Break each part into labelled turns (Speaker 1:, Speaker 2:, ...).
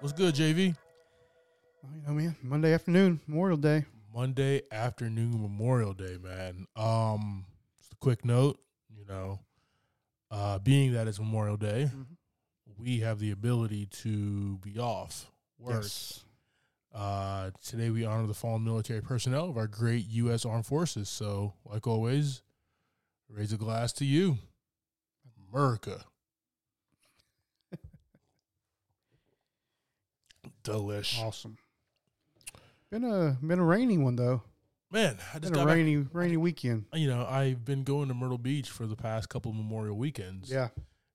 Speaker 1: What's good, JV?
Speaker 2: You know, man, Monday afternoon, Memorial Day.
Speaker 1: Monday afternoon, Memorial Day, man. Um, just a quick note, you know, uh, being that it's Memorial Day,
Speaker 2: Mhm.
Speaker 1: we have the ability to be off work.
Speaker 2: Yes.
Speaker 1: Uh, today we honor the fallen military personnel of our great U.S. Armed Forces. So, like always, raise a glass to you, America. Delish,
Speaker 2: Awesome. Been a been a rainy one though.
Speaker 1: man. I just
Speaker 2: Been a
Speaker 1: got back-
Speaker 2: rainy rainy weekend.
Speaker 1: you know, I've been going to Myrtle Beach for the past couple of Memorial weekends.
Speaker 2: Yeah.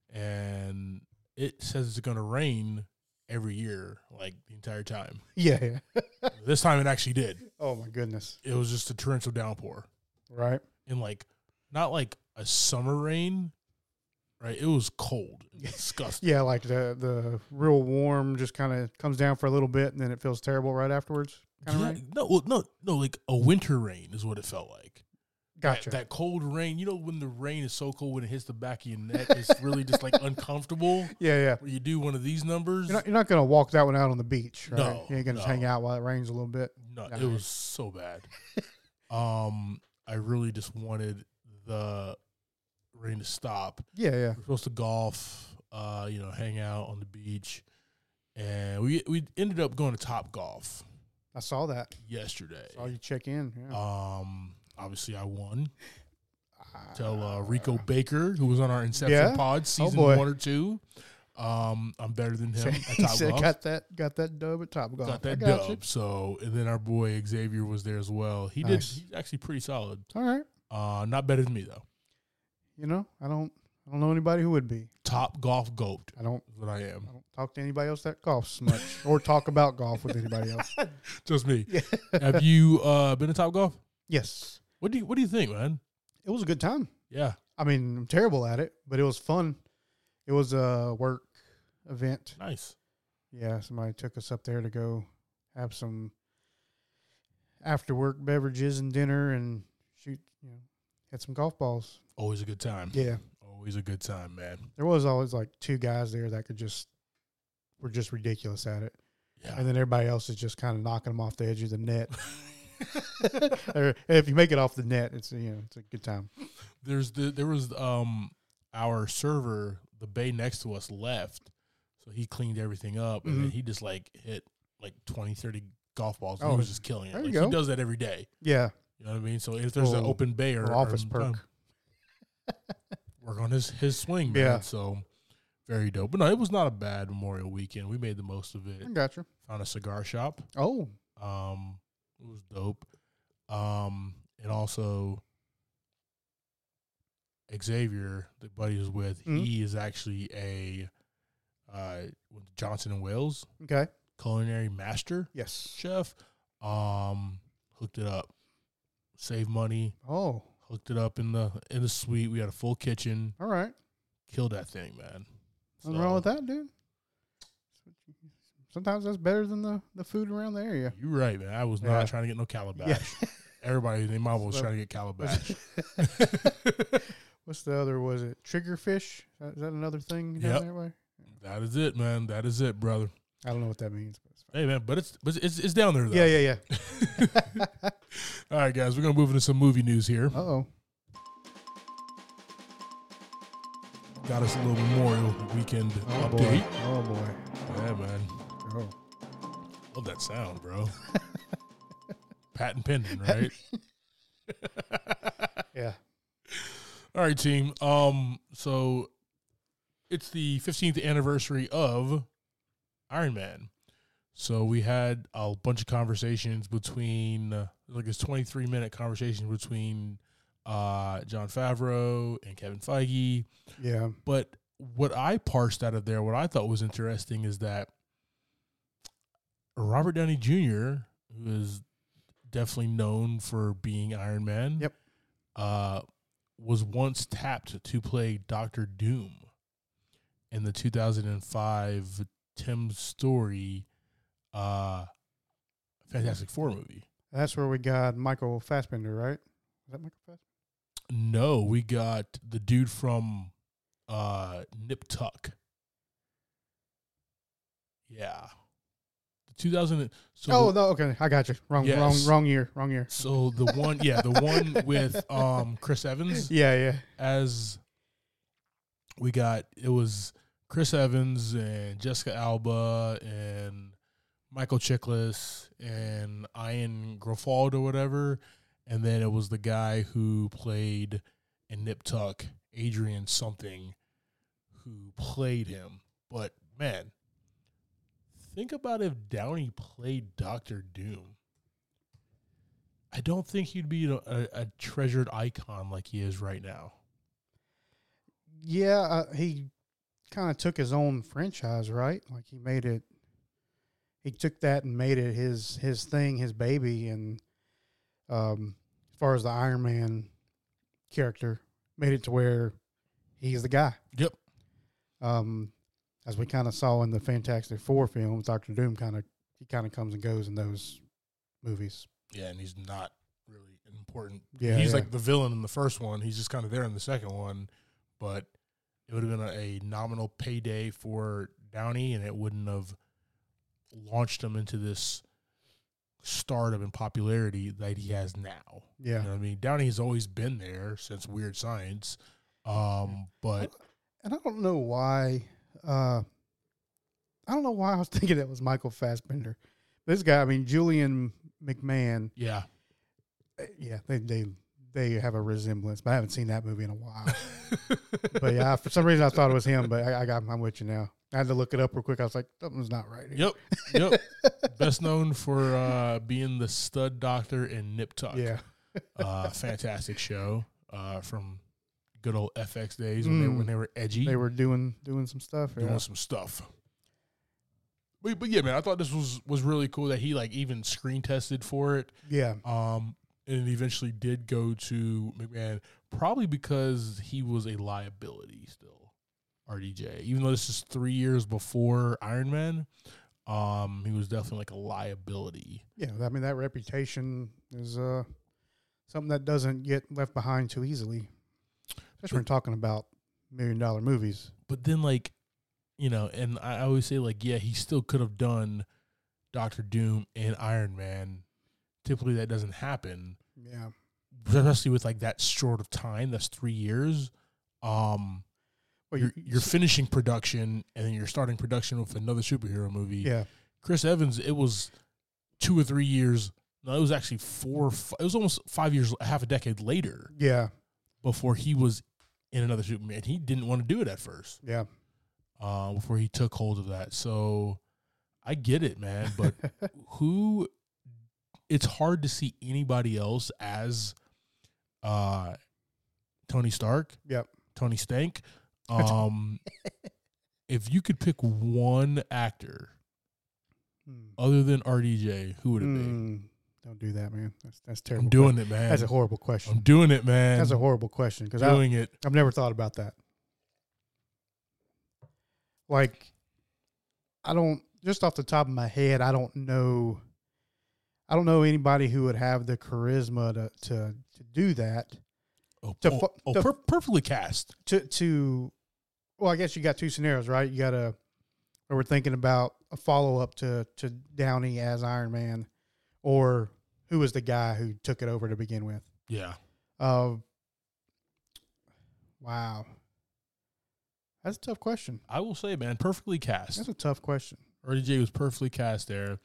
Speaker 1: And it says it's going to rain every year, like the entire time.
Speaker 2: Yeah. yeah.
Speaker 1: this time it actually did.
Speaker 2: Oh my goodness.
Speaker 1: It was just a torrential downpour
Speaker 2: Right.
Speaker 1: and like not like a summer rain, right? It was cold and disgusting.
Speaker 2: Yeah, like the the real warm just kind of comes down for a little bit and then it feels terrible right afterwards. Kind of
Speaker 1: Yeah,
Speaker 2: rain.
Speaker 1: No, well, no, no, like a winter rain is what it felt like.
Speaker 2: Gotcha.
Speaker 1: That, that cold rain, you know, when the rain is so cold when it hits the back of your neck, it's really just like uncomfortable.
Speaker 2: yeah, yeah.
Speaker 1: Where you do one of these numbers,
Speaker 2: You're not, you're not gonna walk that one out on the beach. Right?
Speaker 1: No,
Speaker 2: you ain't gonna just
Speaker 1: no.
Speaker 2: hang out while it rains a little bit.
Speaker 1: No,
Speaker 2: Nah.
Speaker 1: it was so bad. um, I really just wanted the rain to stop.
Speaker 2: Yeah, yeah.
Speaker 1: We're supposed to golf, uh, you know, hang out on the beach, and we we ended up going to Top Golf
Speaker 2: I saw that.
Speaker 1: yesterday.
Speaker 2: Saw you check in. Yeah.
Speaker 1: Um, obviously I won.
Speaker 2: Ah,
Speaker 1: Tell uh, Rico Baker, who was on our Inception
Speaker 2: Yeah? Oh,
Speaker 1: pod season
Speaker 2: boy.
Speaker 1: one or two. Um, I'm better than him at
Speaker 2: he
Speaker 1: Top
Speaker 2: said,
Speaker 1: Golf.
Speaker 2: "Got that, got that dub at Top Golf.
Speaker 1: Got that
Speaker 2: I got you.
Speaker 1: dub. So, and then our boy Xavier was there as well. He
Speaker 2: Nice.
Speaker 1: did. He's actually pretty solid.
Speaker 2: All right.
Speaker 1: Uh, not better than me though.
Speaker 2: You know, I don't, I don't know anybody who would be.
Speaker 1: Top golf goat
Speaker 2: I don't,
Speaker 1: is what I am.
Speaker 2: I don't talk to anybody else that golfs much, or talk about golf with anybody else.
Speaker 1: Just me. Have you uh, been to Top Golf?
Speaker 2: Yes,
Speaker 1: What do you What do you think, man?
Speaker 2: it was a good time.
Speaker 1: Yeah,
Speaker 2: I mean, I'm terrible at it, but it was fun. It was a work event.
Speaker 1: nice.
Speaker 2: Yeah, somebody took us up there to go have some after work beverages and dinner and shoot. You know, had some golf balls.
Speaker 1: Always a good time.
Speaker 2: Yeah,
Speaker 1: Always a good time, man.
Speaker 2: there was always like two guys there that could just were just ridiculous at it.
Speaker 1: Yeah.
Speaker 2: and then everybody else is just kind of knocking them off the edge of the net. or if you make it off the net, it's you know it's a good time.
Speaker 1: There's the there was um our server, the bay next to us left, so he cleaned everything up, and then
Speaker 2: Mhm.
Speaker 1: he just like hit like 20, 30 golf balls. And
Speaker 2: Oh,
Speaker 1: he was just killing it.
Speaker 2: there you
Speaker 1: like,
Speaker 2: go.
Speaker 1: He does that every day.
Speaker 2: Yeah,
Speaker 1: You know what I mean? So if there's an
Speaker 2: Little-
Speaker 1: open bay or,
Speaker 2: or
Speaker 1: or
Speaker 2: office
Speaker 1: um,
Speaker 2: perk.
Speaker 1: work on his his swing, man.
Speaker 2: Yeah.
Speaker 1: So very dope. But no, it was not a bad Memorial weekend. We made the most of it.
Speaker 2: I gotcha.
Speaker 1: Found a cigar shop.
Speaker 2: Oh,
Speaker 1: Um, it was dope. Um, and also Xavier, the buddy was with,
Speaker 2: Mhm.
Speaker 1: he is actually a uh with Johnson and Wales
Speaker 2: okay.
Speaker 1: culinary master
Speaker 2: Yes.
Speaker 1: chef. Um, hooked it up. Save money.
Speaker 2: Oh,
Speaker 1: Hooked it up in the in the suite. We had a full kitchen.
Speaker 2: all right.
Speaker 1: Killed that thing, man.
Speaker 2: Nothing
Speaker 1: So-
Speaker 2: wrong with that, dude. Sometimes that's better than the, the food around the area.
Speaker 1: You're right, man. I was not
Speaker 2: Yeah.
Speaker 1: trying to get no calabash. Everybody, their mama was
Speaker 2: So-
Speaker 1: trying to get calabash.
Speaker 2: What's the other? Was it triggerfish? Is that another thing down
Speaker 1: Yep.
Speaker 2: that way?
Speaker 1: that is it, man. That is it, brother.
Speaker 2: I don't know what that means. But it's fine.
Speaker 1: Hey, man, but it's but it's, it's down there though.
Speaker 2: Yeah, yeah, yeah.
Speaker 1: All right, guys, we're gonna move into some movie news here.
Speaker 2: Uh oh.
Speaker 1: Got us a little Memorial Weekend
Speaker 2: Oh boy.
Speaker 1: update.
Speaker 2: Oh boy.
Speaker 1: Yeah, man.
Speaker 2: Oh.
Speaker 1: Love that sound, bro. Patent pending, right?
Speaker 2: Yeah.
Speaker 1: All right, team. Um, so it's the 15th anniversary of Iron Man. So we had a bunch of conversations between, uh, like this 23 minute conversation between uh, John Favreau and Kevin Feige.
Speaker 2: Yeah.
Speaker 1: But what I parsed out of there, what I thought was interesting is that Robert Downey Jr., who is definitely known for being Iron Man,
Speaker 2: Yep.
Speaker 1: uh, was once tapped to play Doctor Doom in the 2005 Tim Story uh, Fantastic Four movie.
Speaker 2: That's where we got Michael Fassbender, right? Is that Michael Fassbender?
Speaker 1: No, we got the dude from uh Nip Tuck. Yeah. 2000. So
Speaker 2: oh, no, okay. I got you. Wrong, wrong,
Speaker 1: Yes.
Speaker 2: wrong year. Wrong year.
Speaker 1: So the one, yeah, the one with um Chris Evans
Speaker 2: Yeah, yeah.
Speaker 1: as we got it was Chris Evans and Jessica Alba and Michael Chiklis and Ian Grofald or whatever, and then it was the guy who played in Nip Tuck, Adrian something, who played him. But man, think about if Downey played Doctor Doom. I don't think he'd be a, a, a treasured icon like he is right now.
Speaker 2: Yeah, uh, he kind of took his own franchise, right? Like he made it. He took that and made it his his thing, his baby, and um, as far as the Iron Man character, made it to where he's the guy.
Speaker 1: Yep.
Speaker 2: Um, as we kind of saw in the Fantastic Four films, Doctor Doom kind of he kind of comes and goes in those movies.
Speaker 1: Yeah, and he's not really important.
Speaker 2: Yeah,
Speaker 1: he's
Speaker 2: yeah.
Speaker 1: like the villain in the first one. He's just kind of there in the second one, but it would have been a, a nominal payday for Downey, and it wouldn't have launched him into this stardom and popularity that he has now.
Speaker 2: Yeah,
Speaker 1: You know what I mean, Downey's always been there since Weird Science, um, but
Speaker 2: and I don't know why. Uh, I don't know why I was thinking that was Michael Fassbender. This guy, I mean Julian McMahon.
Speaker 1: yeah,
Speaker 2: uh, Yeah, they they they have a resemblance, but I haven't seen that movie in a while. but yeah, for some reason I thought it was him, but I, I got I'm with you now. I had to look it up real quick. I was like, something's not right. Here.
Speaker 1: yep, yep. Best known for uh, being the stud doctor in Nip Tuck.
Speaker 2: Yeah,
Speaker 1: uh, fantastic show uh, from good old FX days when, they,
Speaker 2: Mm.
Speaker 1: when they were edgy,
Speaker 2: they were doing doing some stuff.
Speaker 1: doing
Speaker 2: Yeah.
Speaker 1: some stuff. But, but yeah, man, I thought this was was really cool that he like even screen tested for it,
Speaker 2: yeah,
Speaker 1: um, and it eventually did go to McMahon, probably because he was a liability still. RDJ, even though this is three years before Iron Man, um, he was definitely like a liability.
Speaker 2: yeah. I mean that reputation is uh something that doesn't get left behind too easily, especially when talking about million dollar movies.
Speaker 1: but then like you know and i always say like yeah he still could have done doctor doom and iron man typically that doesn't happen
Speaker 2: Yeah.
Speaker 1: especially with like that short of time that's three years um
Speaker 2: Well,
Speaker 1: you're,
Speaker 2: you-
Speaker 1: you're finishing production and then you're starting production with another superhero movie
Speaker 2: yeah,
Speaker 1: chris evans it was two or three years no it was actually four or fi- it was almost five years half a decade later
Speaker 2: yeah,
Speaker 1: before he was in another superman he didn't want to do it at first
Speaker 2: yeah.
Speaker 1: uh, before he took hold of that. So I get it, man. But who? It's hard to see anybody else as uh, Tony Stark.
Speaker 2: Yep.
Speaker 1: Tony Stank. Um, if you could pick one actor
Speaker 2: Hmm.
Speaker 1: other than RDJ, who would it be?
Speaker 2: Hmm. Don't do that, man. That's that's terrible.
Speaker 1: I'm doing
Speaker 2: que-
Speaker 1: it, man.
Speaker 2: That's a horrible question.
Speaker 1: I'm doing it, man.
Speaker 2: that's a horrible question because I've
Speaker 1: doing it.
Speaker 2: never thought about that. Like, I don't just off the top of my head, I don't know. I don't know anybody who would have the charisma to to, to do that.
Speaker 1: Oh,
Speaker 2: to
Speaker 1: oh,
Speaker 2: fu-
Speaker 1: oh,
Speaker 2: to-
Speaker 1: per- perfectly cast.
Speaker 2: to to well, I guess you got two scenarios, right? You got a or we're thinking about a follow up to to Downey as Iron Man, or who was the guy who took it over to begin with?
Speaker 1: Yeah.
Speaker 2: Uh, wow, that's a tough question.
Speaker 1: I will say, man, perfectly cast.
Speaker 2: That's a tough question.
Speaker 1: RDJ was perfectly cast there.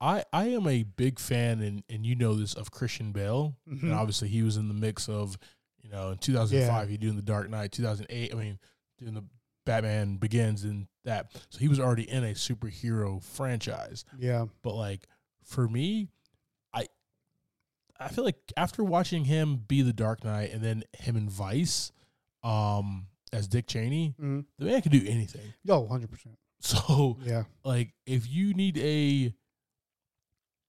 Speaker 1: I, I am a big fan, and, and you know this, of Christian Bale.
Speaker 2: Mhm.
Speaker 1: And obviously, he was in the mix of, you know, in 2005, he doing The Dark Knight, 2008, I mean, doing the Batman Begins and that. So he was already in a superhero franchise.
Speaker 2: Yeah,
Speaker 1: But, like, for me, I I feel like after watching him be The Dark Knight and then him in Vice um, as Dick Cheney,
Speaker 2: mm
Speaker 1: the man could do anything.
Speaker 2: yo, hundred percent.
Speaker 1: So
Speaker 2: Yeah,
Speaker 1: like if you need a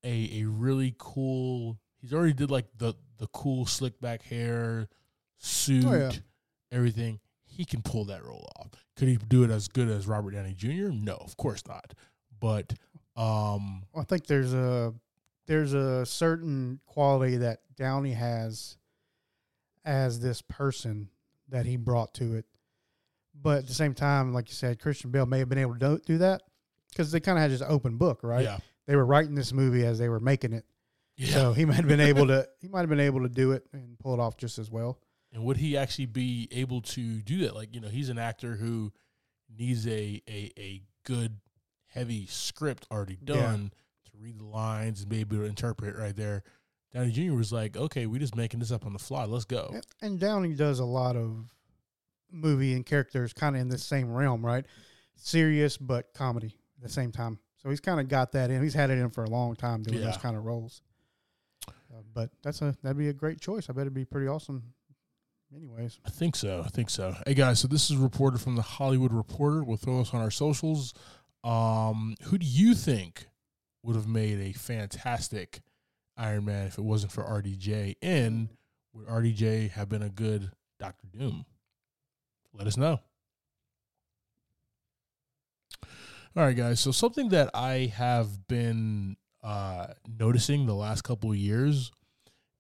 Speaker 1: a a really cool he's already did like the the cool slick back hair suit
Speaker 2: Oh, yeah.
Speaker 1: everything he can pull that role off could he do it as good as robert downey jr no of course not but um
Speaker 2: I think there's a there's a certain quality that Downey has as this person that he brought to it. But at the same time, like you said, Christian Bale may have been able to do, do that because they kind of had just open book, right?
Speaker 1: yeah
Speaker 2: they were writing this movie as they were making it.
Speaker 1: Yeah.
Speaker 2: So he might have been able to he might have been able to do it and pull it off just as well.
Speaker 1: And would he actually be able to do that? Like, you know, he's an actor who needs a a, a good heavy script already
Speaker 2: Yeah.
Speaker 1: done to read the lines and be able to interpret it right there. Downey Jr. was like, Okay, we're just making this up on the fly. Let's go.
Speaker 2: And- And Downey does a lot of movie and characters kind of in the same realm, right? Serious but comedy at the same time. So he's kind of got that in. He's had it in for a long time doing those
Speaker 1: Yeah.
Speaker 2: kind of roles. Uh, but that's a that'd be a great choice. I bet it'd be pretty awesome. Anyways,
Speaker 1: I think so. I think so. Hey guys, so this is reported from the Hollywood Reporter. We'll throw this on our socials. Um, who do you think would have made a fantastic Iron Man if it wasn't for RDJ? And would RDJ have been a good Doctor Doom? Let us know. All right, guys. So something that I have been uh, noticing the last couple of years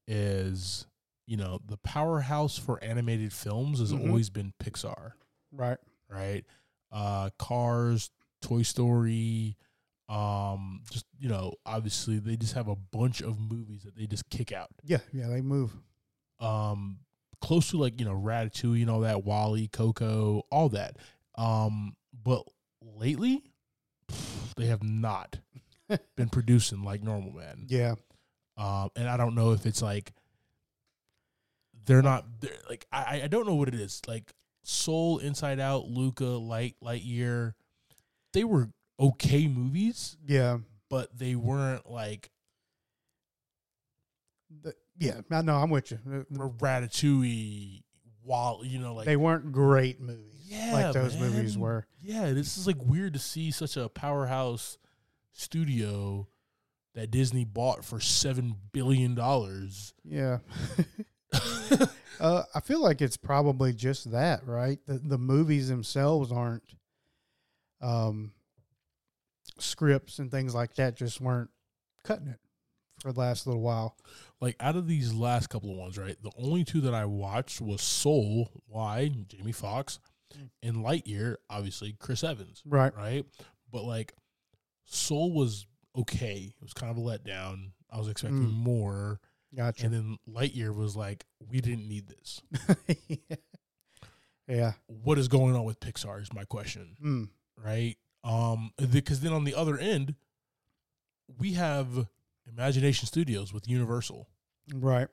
Speaker 1: is, you know, the powerhouse for animated films has
Speaker 2: Mhm.
Speaker 1: always been Pixar,
Speaker 2: right?
Speaker 1: right? Uh, Cars, Toy Story, um, just you know, obviously they just have a bunch of movies that they just kick out
Speaker 2: Yeah, yeah, they move.
Speaker 1: um, close to like you know Ratatouille and all that, Wally, Coco, all that. Um, but lately, pff, they have not been producing like normal, man.
Speaker 2: Yeah,
Speaker 1: Um, and I don't know if it's like they're not they're, like I I- I don't know what it is like. Soul, Inside Out, Luca, Light, Lightyear, they were okay movies,
Speaker 2: yeah,
Speaker 1: but they weren't like
Speaker 2: The- yeah. I know. I'm with you. Uh,
Speaker 1: Ratatouille, Wall, you know, like
Speaker 2: they weren't great movies
Speaker 1: Yeah,
Speaker 2: like those movies
Speaker 1: man.
Speaker 2: were.
Speaker 1: Yeah, this is like weird to see such a powerhouse studio that Disney bought for seven billion dollars.
Speaker 2: Yeah. Uh, I feel like it's probably just that, right? The, the movies themselves aren't um, scripts and things like that just weren't cutting it for the last little while.
Speaker 1: like out of these last couple of ones, right? The only two that I watched was Soul, why Jamie Foxx, and Lightyear, obviously Chris Evans,
Speaker 2: Right.
Speaker 1: right? But like Soul was okay. It was kind of a letdown. I was expecting
Speaker 2: Mm.
Speaker 1: more.
Speaker 2: Gotcha.
Speaker 1: And then Lightyear was like, we didn't need this.
Speaker 2: yeah.
Speaker 1: What is going on with Pixar is my question.
Speaker 2: Mm.
Speaker 1: right? Um, because then on the other end, we have Imagination Studios with Universal,
Speaker 2: Right.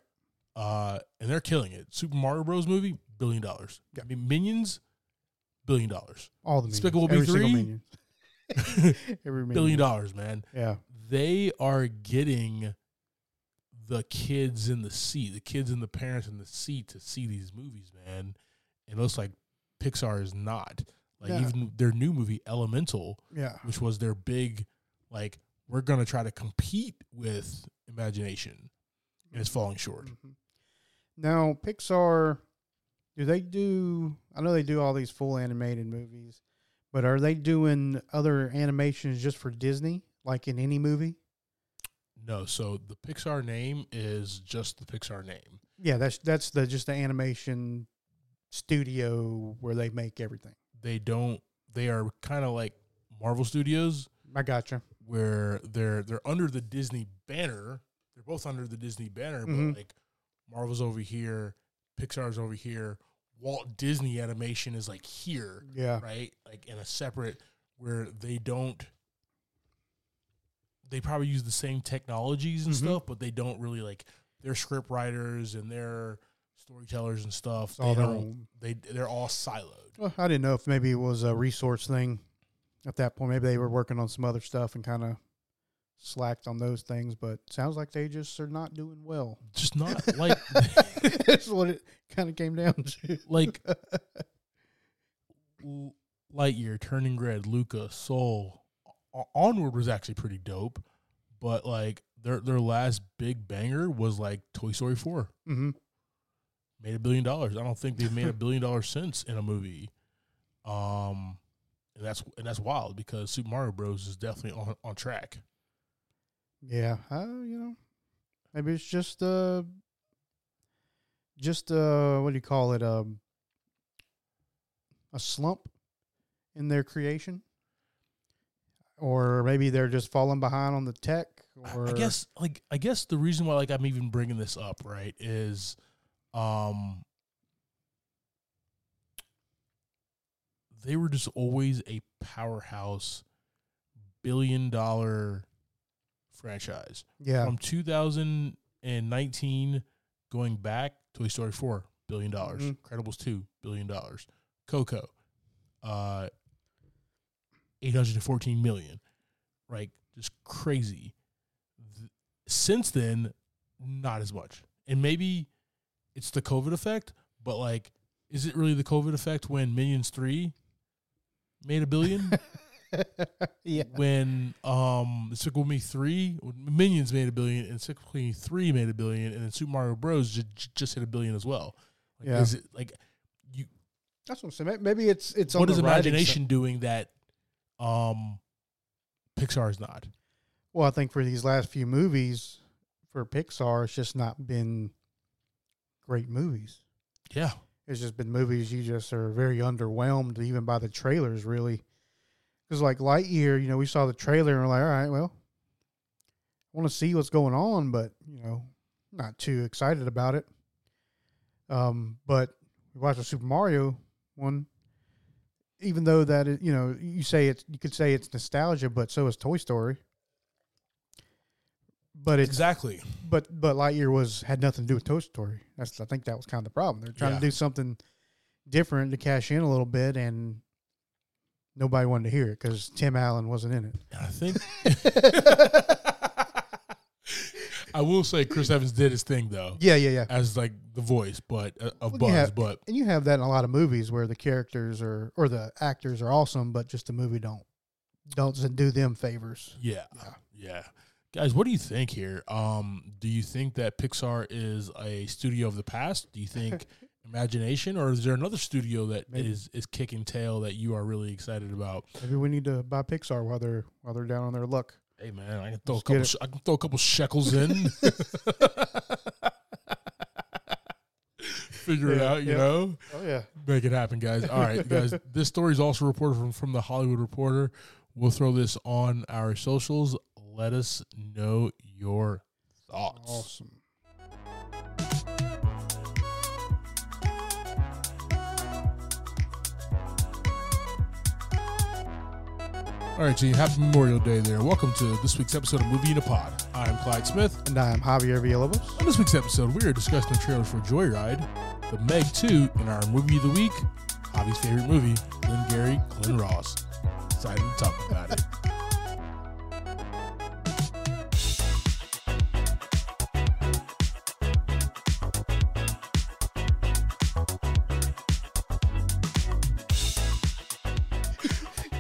Speaker 1: uh, and they're killing it. Super Mario Bros. movie, billion dollars.
Speaker 2: Yeah.
Speaker 1: I mean, Minions, billion dollars,
Speaker 2: All the minions.
Speaker 1: Despicable Me
Speaker 2: Every single
Speaker 1: 3?
Speaker 2: minion. Every minion.
Speaker 1: billion dollars, man.
Speaker 2: Yeah.
Speaker 1: They are getting the kids in the seat, the kids and the parents in the seat to see these movies, man. It looks like Pixar is not. Like
Speaker 2: Yeah.
Speaker 1: even their new movie Elemental,
Speaker 2: Yeah.
Speaker 1: which was their big like we're going to try to compete with imagination and it's falling short
Speaker 2: Mhm. Now, Pixar, do they do? I know they do all these full animated movies, but are they doing other animations just for Disney, like in any movie?
Speaker 1: no so the pixar name is just the pixar name
Speaker 2: Yeah, that's that's the just the animation studio where they make everything.
Speaker 1: they don't they are kind of like marvel studios
Speaker 2: I gotcha.
Speaker 1: where they're they're under the disney banner they're both under the disney banner
Speaker 2: Mhm.
Speaker 1: but like marvel's over here pixar's over here walt disney animation is like here
Speaker 2: Yeah,
Speaker 1: right? Like in a separate where they don't they probably use the same technologies and
Speaker 2: Mhm.
Speaker 1: stuff, but they don't really like their script writers and their storytellers and stuff.
Speaker 2: it's all
Speaker 1: they
Speaker 2: their
Speaker 1: don't
Speaker 2: own.
Speaker 1: they they're all siloed.
Speaker 2: Well, I didn't know if maybe it was a resource thing at that point. Maybe they were working on some other stuff and kind of slacked on those things. But sounds like they just are not doing well.
Speaker 1: Just not like
Speaker 2: That's what it kind of came down to.
Speaker 1: like L- Lightyear, Turning Red, Luca, Soul, O- Onward was actually pretty dope, but like their their last big banger was like Toy Story four.
Speaker 2: Mm-hmm.
Speaker 1: made a billion dollars. I don't think they've made a billion dollars since in a movie. Um, and that's and that's wild because Super Mario Bros is definitely on on track.
Speaker 2: Yeah, uh, you know, maybe it's just uh, just uh, what do you call it? Um, a slump in their creation. or maybe they're just falling behind on the tech.
Speaker 1: I-
Speaker 2: Or
Speaker 1: I guess like I guess the reason why like I'm even bringing this up right is, um, they were just always a powerhouse, billion dollar franchise
Speaker 2: yeah,
Speaker 1: from 2019 going back. Toy Story four billion dollars,
Speaker 2: Mhm.
Speaker 1: Credibles two billion dollars, Coco, uh, eight hundred and fourteen million, right? Just crazy. Th- Since then, not as much, and maybe it's the COVID effect, but like, is it really the COVID effect when Minions three made a billion?
Speaker 2: yeah,
Speaker 1: when um Despicable Me three Minions made a billion and Despicable Me three made a billion and then Super Mario Bros just just hit a billion as well. Like,
Speaker 2: Yeah.
Speaker 1: Is it like
Speaker 2: that's what I'm saying. May- Maybe it's it's on
Speaker 1: what is
Speaker 2: the writing
Speaker 1: imagination doing that? Um, Pixar is not.
Speaker 2: side. Well, I think for these last few movies for Pixar, it's just not been great movies.
Speaker 1: Yeah,
Speaker 2: It's just been movies you just are very underwhelmed even by the trailers, really. Because like Lightyear, you know, we saw the trailer and we're like, all right, well, I want to see what's going on, but you know, not too excited about it. Um, but we watched the Super Mario one. Even though that is, you know, you say it's you could say it's nostalgia, but so is Toy Story. But it's
Speaker 1: exactly.
Speaker 2: but but Lightyear was had nothing to do with Toy Story. That's I think that was kind of the problem. They're trying
Speaker 1: Yeah.
Speaker 2: to do something different to cash in a little bit, and nobody wanted to hear it because Tim Allen wasn't in it.
Speaker 1: And I think I will say Chris Evans did his thing though,
Speaker 2: Yeah, yeah, yeah.
Speaker 1: as like the voice, but uh, of
Speaker 2: Well,
Speaker 1: Buzz,
Speaker 2: you have-
Speaker 1: but
Speaker 2: And you have that in a lot of movies where the characters are or the actors are awesome, but just the movie don't don't do them favors.
Speaker 1: Yeah.
Speaker 2: Yeah.
Speaker 1: Yeah. Guys, what do you think here? Um, do you think that Pixar is a studio of the past? Do you think imagination or is there another studio that is
Speaker 2: Maybe.
Speaker 1: is kicking tail that you are really excited about?
Speaker 2: Maybe we need to buy Pixar while they're while they're down on their luck.
Speaker 1: Hey man, I can throw
Speaker 2: Let's
Speaker 1: a couple
Speaker 2: get
Speaker 1: sh- I can throw a couple shekels in. Figure it
Speaker 2: Yeah,
Speaker 1: out, you
Speaker 2: yeah.
Speaker 1: know?
Speaker 2: Oh yeah,
Speaker 1: Make it happen, guys. All right, guys. This story is also reported from, from the Hollywood Reporter. We'll throw this on our socials. Let us know your thoughts.
Speaker 2: awesome.
Speaker 1: All right, team. Happy Memorial Day there. Welcome to this week's episode of Movie in a Pod. I'm Clyde Smith.
Speaker 2: And I am Javier Villalobos.
Speaker 1: On this week's episode, we are discussing the trailers for Joyride, The Meg 2, and our movie of the week, Hobby's favorite movie, Glenn Gary, Glenn Ross. Excited to talk about it.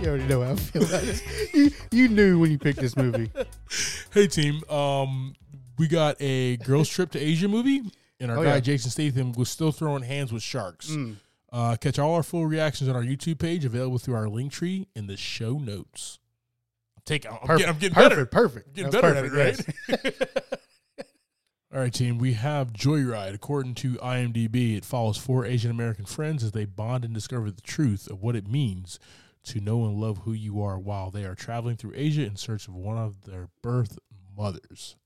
Speaker 2: You already know how I feel. About this. You you knew when you picked this movie.
Speaker 1: Hey team, um, we got a girls trip to Asia movie, and our
Speaker 2: Oh,
Speaker 1: guy
Speaker 2: yeah.
Speaker 1: Jason Statham was still throwing hands with sharks.
Speaker 2: Mm.
Speaker 1: Uh, catch all our full reactions on our YouTube page, available through our link tree in the show notes. I'm taking, I'm,
Speaker 2: Perfect.
Speaker 1: getting, I'm getting
Speaker 2: perfect,
Speaker 1: better,
Speaker 2: Perfect.
Speaker 1: getting
Speaker 2: That's
Speaker 1: better at it,
Speaker 2: perfect,
Speaker 1: right? all right, team. We have Joyride. According to IMDb, it follows four Asian American friends as they bond and discover the truth of what it means to know and love who you are while they are traveling through Asia in search of one of their birth mothers.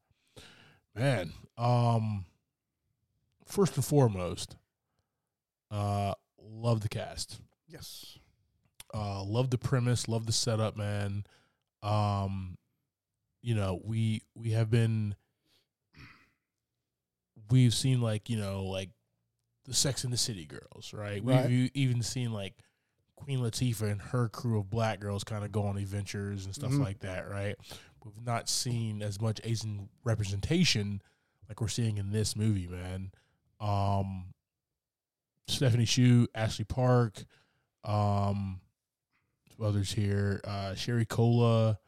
Speaker 1: Man, um, first and foremost, uh, love the cast
Speaker 2: Yes.
Speaker 1: uh love the premise love the setup man um you know we we have been we've seen like you know like the sex and the city girls right we've
Speaker 2: Right.
Speaker 1: e- even seen like queen latifah and her crew of black girls kind of go on adventures and stuff
Speaker 2: Mhm.
Speaker 1: like that right we've not seen as much asian representation like we're seeing in this movie man um stephanie shu ashley park um, some others here, uh, Sherry Cola,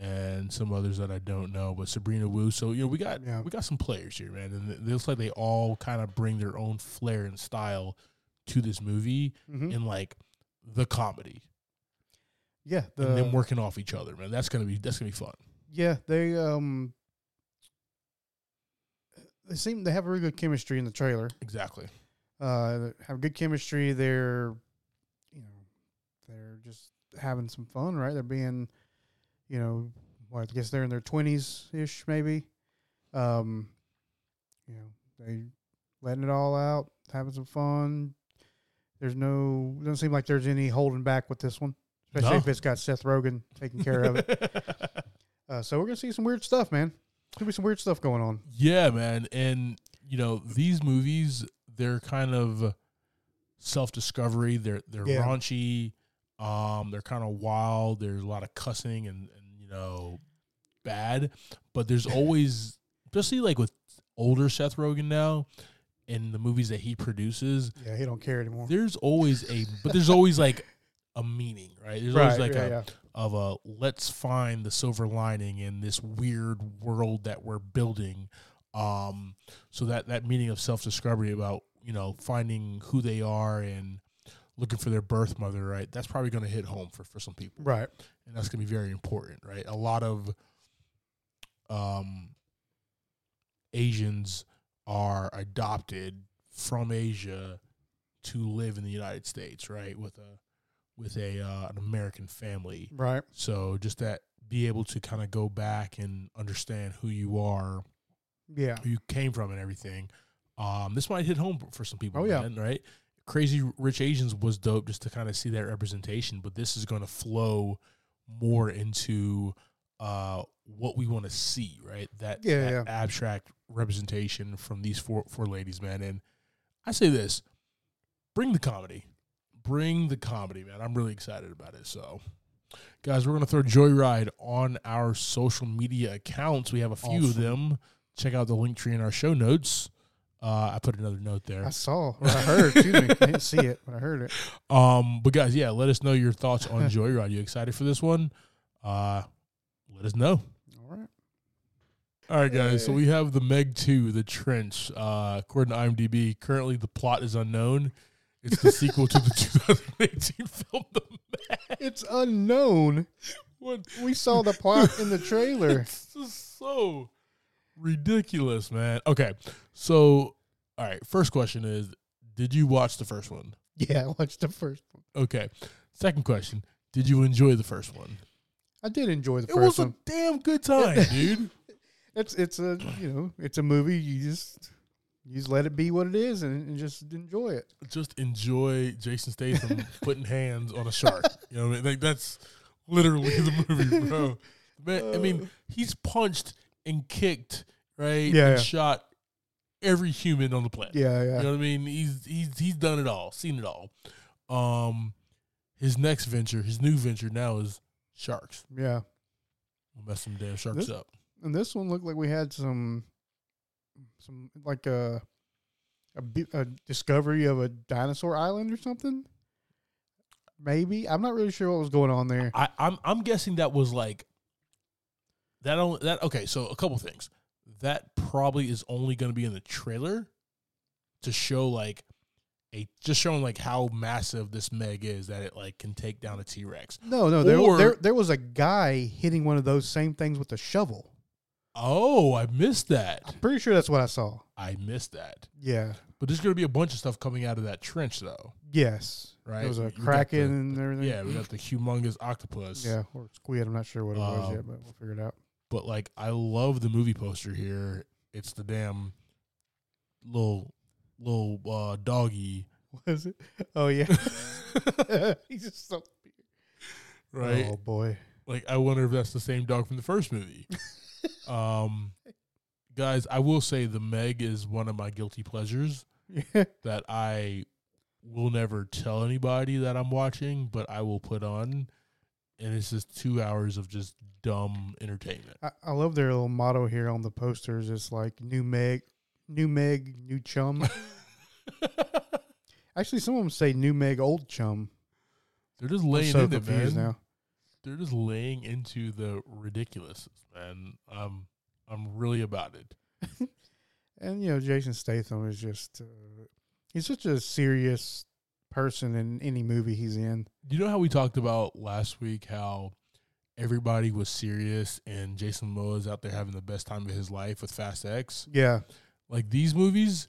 Speaker 1: and some others that I don't know, but Sabrina Wu. So you know, we got
Speaker 2: Yeah.
Speaker 1: we got some players here, man, and it looks like they all kind of bring their own flair and style to this movie
Speaker 2: Mhm.
Speaker 1: in like the comedy
Speaker 2: Yeah.
Speaker 1: and them
Speaker 2: The,
Speaker 1: working off each other, man. That's gonna be that's gonna be fun.
Speaker 2: yeah. They um. They seem they have really good chemistry in the trailer.
Speaker 1: Exactly.
Speaker 2: Uh, they have good chemistry. They're, you know, they're just having some fun, right? They're being you know, well, I guess they're in their twenties ish, maybe. Um, you know, they letting it all out, having some fun. There's no doesn't seem like there's any holding back with this one,
Speaker 1: No.
Speaker 2: especially if it's got Seth Rogen taking care of it. Uh, so we're gonna see some weird stuff, man. There'll be some weird stuff going on.
Speaker 1: Yeah, man. And you know, these movies, they're kind of self discovery. They're they're
Speaker 2: Yeah.
Speaker 1: raunchy. Um, they're kind of wild. There's a lot of cussing and, and you know, bad. But there's always especially like with older Seth Rogen now and the movies that he produces,
Speaker 2: Yeah, he don't care anymore.
Speaker 1: there's always a but there's always like a meaning, right? There's always like
Speaker 2: yeah,
Speaker 1: a
Speaker 2: yeah.
Speaker 1: of a let's find the silver lining in this weird world that we're building. Um, so that that meaning of self discovery about you know finding who they are and looking for their birth mother, right? That's probably going to hit home for for some people,
Speaker 2: right.
Speaker 1: and that's going to be very important, right? A lot of um, Asians are adopted from Asia to live in the United States, right? With a with a uh, an American family,
Speaker 2: Right.
Speaker 1: so just that be able to kind of go back and understand who you are,
Speaker 2: Yeah.
Speaker 1: who you came from, and everything. Um, this might hit home for some people.
Speaker 2: Oh, yeah.
Speaker 1: man, right. Crazy Rich Asians was dope just to kind of see that representation, but this is going to flow more into uh, what we want to see, right? That,
Speaker 2: Yeah,
Speaker 1: that
Speaker 2: yeah.
Speaker 1: abstract representation from these four four ladies, man. And I say this: bring the comedy, bring the comedy, man. I'm really excited about it. So, guys, we're gonna throw Joyride on our social media accounts. We have a few of
Speaker 2: Awesome.
Speaker 1: them. Check out the link tree in our show notes. Uh, I put another note there.
Speaker 2: I saw or I heard. Excuse me. I didn't see it, but I heard it.
Speaker 1: Um, but guys, yeah, let us know your thoughts on Joyride. You excited for this one? Uh, let us know.
Speaker 2: All right.
Speaker 1: All right, guys. So we have the Meg Two, the Trench. Uh, according to IMDb, currently the plot is unknown. It's the sequel to the 2018 film The Meg.
Speaker 2: It's unknown.
Speaker 1: What?
Speaker 2: We saw the plot in the trailer.
Speaker 1: It's just so ridiculous, man. Okay, so all right. First question is: Did you watch the first one?
Speaker 2: Yeah, I watched the first one.
Speaker 1: Okay. Second question: Did you enjoy the first one?
Speaker 2: I did enjoy the
Speaker 1: It was
Speaker 2: first one.
Speaker 1: a damn good time, dude.
Speaker 2: It's it's a you know it's a movie. You just you just let it be what it is and, and just enjoy it.
Speaker 1: Just enjoy Jason Statham putting hands on a shark. You know what I mean? Like that's literally the movie, bro. Man, I mean, he's punched and kicked, right?
Speaker 2: Yeah,
Speaker 1: and
Speaker 2: yeah.
Speaker 1: shot every human on the planet.
Speaker 2: Yeah, yeah.
Speaker 1: You know what I mean? He's he's he's done it all, seen it all. Um, his next venture, his new venture now is sharks.
Speaker 2: Yeah.
Speaker 1: We'll mess some damn sharks
Speaker 2: This-
Speaker 1: up.
Speaker 2: And this one looked like we had some some like a a, bi- a discovery of a dinosaur island or something. Maybe I'm not really sure what was going on there.
Speaker 1: I, I'm I'm guessing that was like that only that okay. So a couple things that probably is only going to be in the trailer to show like a just showing like how massive this Meg is that it like can take down a T Rex.
Speaker 2: No, no, there,
Speaker 1: Or-
Speaker 2: there there was a guy hitting one of those same things with a shovel.
Speaker 1: Oh, I missed that.
Speaker 2: I'm pretty sure that's what I saw.
Speaker 1: I missed that.
Speaker 2: Yeah.
Speaker 1: But there's going to be a bunch of stuff coming out of that trench though.
Speaker 2: Yes.
Speaker 1: Right.
Speaker 2: There was
Speaker 1: We-
Speaker 2: a
Speaker 1: we got
Speaker 2: kraken
Speaker 1: the-
Speaker 2: and everything.
Speaker 1: Yeah, we got the humongous octopus.
Speaker 2: Yeah, or squid. I'm not sure what it was
Speaker 1: Um,
Speaker 2: yet, but we'll figure it out.
Speaker 1: But like I love the movie poster here. It's the damn little little uh doggy.
Speaker 2: Was it? Oh yeah. He's just so
Speaker 1: Right.
Speaker 2: Oh boy.
Speaker 1: um, Like I wonder if that's the same dog from the first movie. um guys, I will say the Meg is one of my guilty pleasures
Speaker 2: Yeah.
Speaker 1: that I will never tell anybody that I'm watching, but I will put on and it's just two hours of just dumb entertainment.
Speaker 2: I, I love their little motto here on the posters. It's like new Meg, new Meg, new chum. Actually, some of them say new Meg, old chum.
Speaker 1: They're just
Speaker 2: I'm
Speaker 1: laying
Speaker 2: so
Speaker 1: into man.
Speaker 2: confused now.
Speaker 1: they're just laying into the ridiculousness, man. I'm I'm really about it.
Speaker 2: And you know, Jason Statham is just—he's such a serious person in any movie he's in.
Speaker 1: You know how we talked about last week how everybody was serious and Jason Momoa's out there having the best time of his life with Fast X?
Speaker 2: Yeah,
Speaker 1: Like these movies,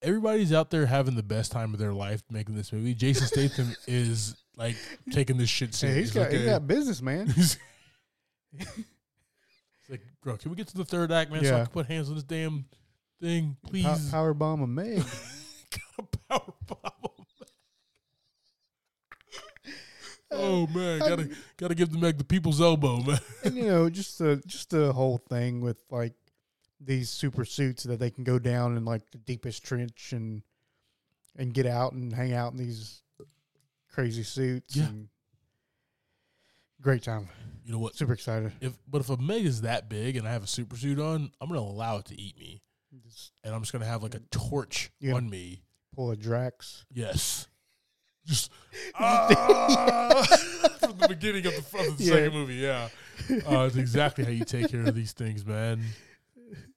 Speaker 1: everybody's out there having the best time of their life making this movie. Jason Statham is like taking this shit
Speaker 2: Hey,
Speaker 1: serious.
Speaker 2: he's got—he's
Speaker 1: okay?
Speaker 2: got business, man.
Speaker 1: It's like, bro, can we get to the third act, man? So I
Speaker 2: Yeah.
Speaker 1: can put hands on this damn thing, please.
Speaker 2: Pow- power bomb a Meg.
Speaker 1: Got a power bomb. oh man, gotta gotta give the Meg the people's elbow, man.
Speaker 2: and you know, just the just the whole thing with like these super suits that they can go down in like the deepest trench and and get out and hang out in these crazy suits.
Speaker 1: Yeah.
Speaker 2: And great time.
Speaker 1: You know what?
Speaker 2: Super excited.
Speaker 1: If but if a Meg is that big and I have a super suit on, I'm gonna allow it to eat me,
Speaker 2: Just
Speaker 1: and I'm just gonna have like a torch
Speaker 2: Yeah.
Speaker 1: on me.
Speaker 2: pull a Drax.
Speaker 1: Yes. Just ah, from the beginning of the, of the
Speaker 2: Yeah.
Speaker 1: second movie, yeah. Uh, it's exactly how you take care of these things, man.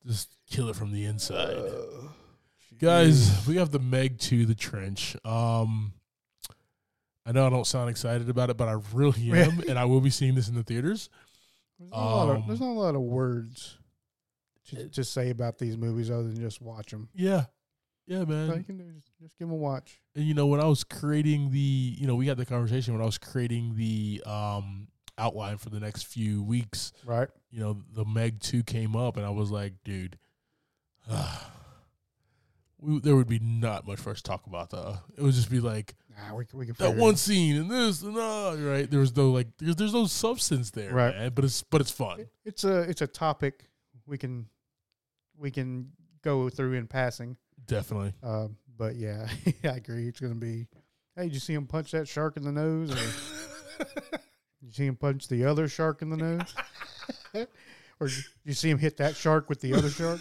Speaker 1: Just kill it from the inside. Uh, Guys, we have the Meg to the trench. Um, I know I don't sound excited about it, but I really am, and I will be seeing this in the theaters.
Speaker 2: There's not, a lot
Speaker 1: Um,
Speaker 2: of, there's not a lot of words to, to say about these movies other than just watch them.
Speaker 1: Yeah, yeah, man.
Speaker 2: you can do is just give them a watch.
Speaker 1: And, you know when i was creating the you know we had the conversation when i was creating the um outline for the next few weeks
Speaker 2: Right.
Speaker 1: you know the meg 2 came up and i was like dude we, there would be not much for us to talk about though it would just be like
Speaker 2: Nah, we, can- we can
Speaker 1: that
Speaker 2: figure it
Speaker 1: one scene and this and that right there was no like there's, there's no substance there
Speaker 2: Right.
Speaker 1: man, but it's but it's
Speaker 2: out.
Speaker 1: fun
Speaker 2: It- It's a it's a topic we can we can go through in passing.
Speaker 1: definitely
Speaker 2: Uh, but yeah, I agree. It's gonna be. Hey, did you see him punch that shark in the nose? Or you see him punch the other shark in the nose? or did you see him hit that shark with the other shark?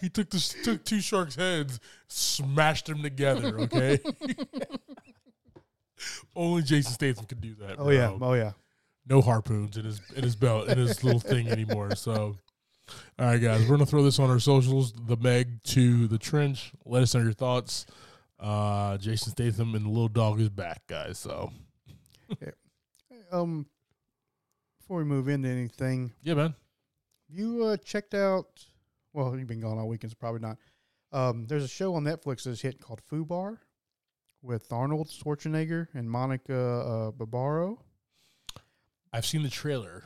Speaker 1: he took the took two sharks' heads, smashed them together. Okay. Only Jason Statham could do that.
Speaker 2: Oh yeah,
Speaker 1: bro.
Speaker 2: oh yeah.
Speaker 1: no harpoons in his in his belt in his little thing anymore. So, all right, guys, we're gonna throw this on our socials. The Meg to the trench. Let us know your thoughts. Uh, Jason Statham and the little dog is back, guys. So
Speaker 2: Um, before we move into anything,
Speaker 1: yeah, man.
Speaker 2: You uh, checked out? Well, you've been gone all weekends, probably not. Um, there's a show on Netflix that's hit called Fubar with Arnold Schwarzenegger and Monica uh, Barbaro.
Speaker 1: I've seen the trailer.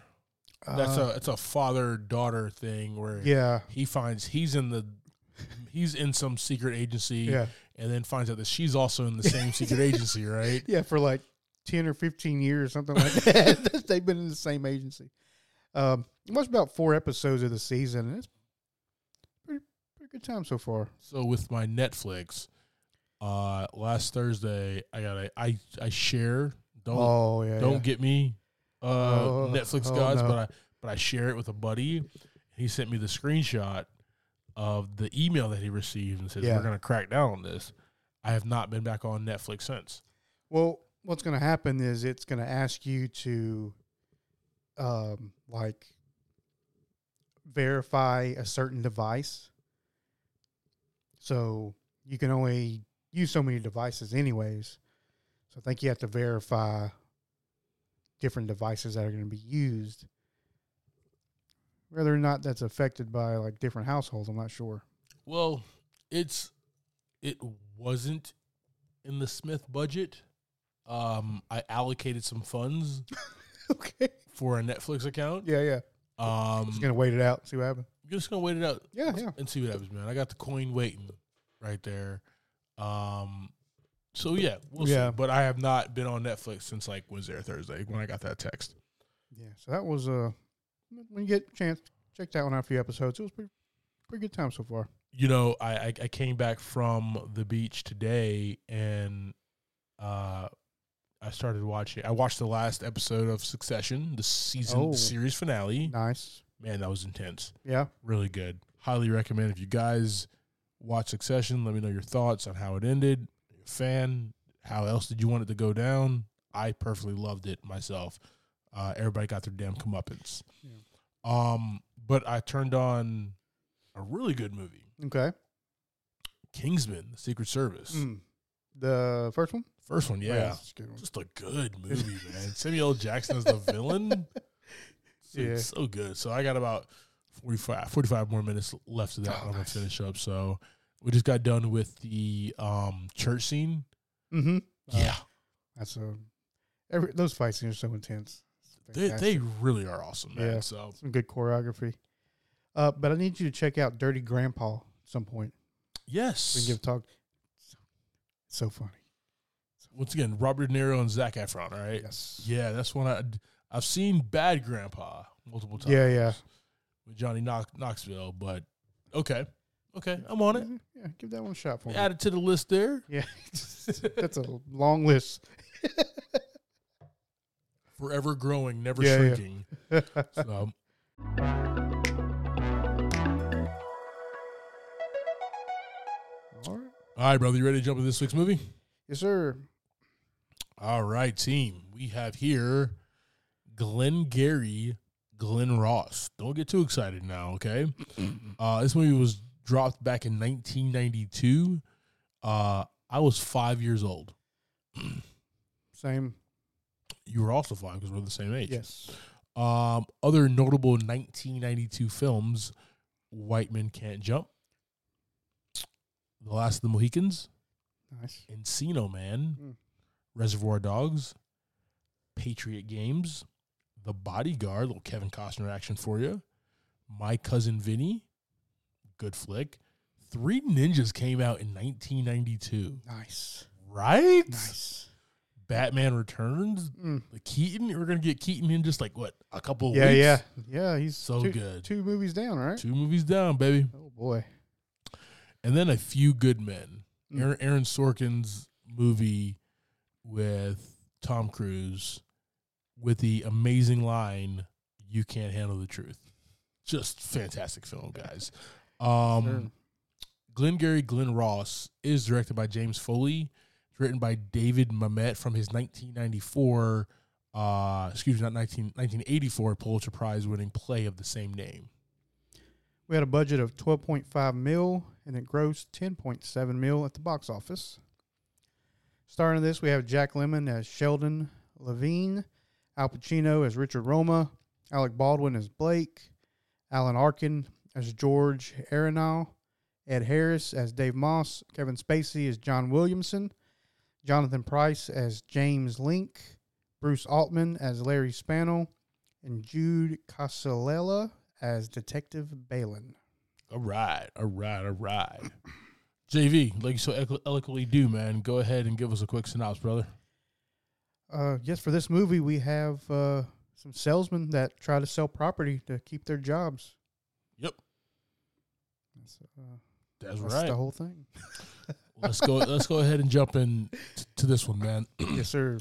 Speaker 1: That's
Speaker 2: Uh,
Speaker 1: a it's a father daughter thing where
Speaker 2: yeah,
Speaker 1: he finds he's in the he's in some secret agency.
Speaker 2: yeah,
Speaker 1: and then finds out that she's also in the same secret agency, right?
Speaker 2: yeah. For like ten or fifteen years, something like that. They've been in the same agency. Um, it was about four episodes of the season, and it's pretty pretty good time so far.
Speaker 1: So with my Netflix, uh, last Thursday I got a I I share don't
Speaker 2: oh yeah,
Speaker 1: don't
Speaker 2: yeah.
Speaker 1: get me uh,
Speaker 2: Oh,
Speaker 1: Netflix
Speaker 2: oh,
Speaker 1: gods,
Speaker 2: no.
Speaker 1: but I but I share it with a buddy. He sent me the screenshot of the email that he received and says
Speaker 2: Yeah.
Speaker 1: we're gonna crack down on this. I have not been back on Netflix since.
Speaker 2: Well, what's going to happen is it's going to ask you to, um, like, verify a certain device. So you can only use so many devices, anyways. So I think you have to verify different devices that are going to be used. Whether or not that's affected by like different households, I'm not sure.
Speaker 1: Well, it's it wasn't in the Smith budget. Um, I allocated some funds
Speaker 2: okay.
Speaker 1: for a Netflix account.
Speaker 2: Yeah, yeah.
Speaker 1: Um,
Speaker 2: Just gonna wait it out, see what happens.
Speaker 1: you're just gonna wait it out
Speaker 2: Yeah, yeah.
Speaker 1: and see what happens, man. I got the coin waiting right there. Um, so yeah, we'll
Speaker 2: Yeah.
Speaker 1: see. But I have not been on Netflix since like Wednesday or Thursday when I got that text.
Speaker 2: Yeah, so that was uh when you get a chance, check that one out a few episodes. It was pretty pretty good time so far.
Speaker 1: you know, I, I I came back from the beach today and uh I started watching I watched the last episode of Succession, the season
Speaker 2: Oh.
Speaker 1: the series finale.
Speaker 2: Nice.
Speaker 1: Man, that was intense.
Speaker 2: Yeah.
Speaker 1: Really good. Highly recommend if you guys watch Succession, let me know your thoughts on how it ended. Fan, how else did you want it to go down? I perfectly loved it myself. Uh, everybody got their damn comeuppance.
Speaker 2: Yeah.
Speaker 1: Um, but I turned on a really good movie.
Speaker 2: Okay.
Speaker 1: Kingsman, the Secret Service.
Speaker 2: Mm. The first one?
Speaker 1: First one, yeah.
Speaker 2: that's a good one.
Speaker 1: Just a good movie, man. Samuel L. Jackson is the villain. It's
Speaker 2: Yeah.
Speaker 1: so good. So I got about 45, 45 more minutes left of that.
Speaker 2: Oh,
Speaker 1: I'm going to
Speaker 2: nice.
Speaker 1: finish up. So we just got done with the um, church scene.
Speaker 2: Mm-hmm. uh,
Speaker 1: yeah.
Speaker 2: That's a every those fight scenes are so intense.
Speaker 1: They,
Speaker 2: Fantastic.
Speaker 1: they really are awesome, man.
Speaker 2: Yeah.
Speaker 1: So
Speaker 2: some good choreography. Uh, but I need you to check out Dirty Grandpa at some point. We
Speaker 1: yes,
Speaker 2: can give a talk. So funny.
Speaker 1: once again, Robert De Niro and Zach Efron. All right,
Speaker 2: Yes.
Speaker 1: yeah, that's one I I've seen Bad Grandpa multiple times.
Speaker 2: Yeah, yeah.
Speaker 1: with Johnny Knox, Knoxville, but okay, okay, I'm on it.
Speaker 2: Mm-hmm. Yeah, give that one a shot for me.
Speaker 1: Mm-hmm. Add it to the list there.
Speaker 2: Yeah. That's a long list.
Speaker 1: Forever growing, never
Speaker 2: Yeah, yeah.
Speaker 1: shrinking. So,
Speaker 2: All right.
Speaker 1: all right, brother, you ready to jump into this week's movie?
Speaker 2: Yes, sir.
Speaker 1: All right, team. We have here Glenn Gary, Glenn Ross. Don't get too excited now, okay? uh, this movie was dropped back in 1992. Uh, I was five years old.
Speaker 2: Same.
Speaker 1: You were also five because we're the same age.
Speaker 2: Yes.
Speaker 1: Um, other notable 1992 films: White Men Can't Jump, The Last of the Mohicans,
Speaker 2: Nice.
Speaker 1: Encino Man,
Speaker 2: Mm.
Speaker 1: Reservoir Dogs, Patriot Games, The Bodyguard, little Kevin Costner action for you, My Cousin Vinny, good flick. Three Ninjas came out in 1992,
Speaker 2: Nice.
Speaker 1: right?
Speaker 2: Nice.
Speaker 1: Batman Returns,
Speaker 2: Mm.
Speaker 1: the Keaton. We're gonna get Keaton in just like what a couple of
Speaker 2: Yeah,
Speaker 1: weeks.
Speaker 2: yeah. Yeah, he's
Speaker 1: So
Speaker 2: two,
Speaker 1: good.
Speaker 2: Two movies down, right?
Speaker 1: Two movies down, baby.
Speaker 2: Oh, boy.
Speaker 1: and then a few good men.
Speaker 2: Mm.
Speaker 1: Aaron, Aaron Sorkin's movie with Tom Cruise with the amazing line, "You can't handle the truth." Just fantastic film, guys. Um,
Speaker 2: Sure.
Speaker 1: Glengarry Glenn Ross is directed by James Foley. It's written by David Mamet from his 1994, uh, excuse me, not 19, 1984 Pulitzer Prize winning play of the same name.
Speaker 2: We had a budget of 12.5 mil and it grossed 10.7 mil at the box office. Starring in this, we have Jack Lemon as Sheldon Levine, Al Pacino as Richard Roma, Alec Baldwin as Blake, Alan Arkin as George Arenal, Ed Harris as Dave Moss, Kevin Spacey as John Williamson, Jonathan Price as James Link, Bruce Altman as Larry Spano, and Jude Casalella as Detective Balin.
Speaker 1: All right, all right, all right. JV, like you so eloqu- eloquently do, man. Go ahead and give us a quick synopsis, brother.
Speaker 2: Uh, yes, for this movie, we have uh, some salesmen that try to sell property to keep their jobs.
Speaker 1: Yep.
Speaker 2: That's, uh,
Speaker 1: That's,
Speaker 2: that's
Speaker 1: right.
Speaker 2: the whole thing.
Speaker 1: let's go. Let's go ahead and jump in t- to this one, man.
Speaker 2: yes, sir.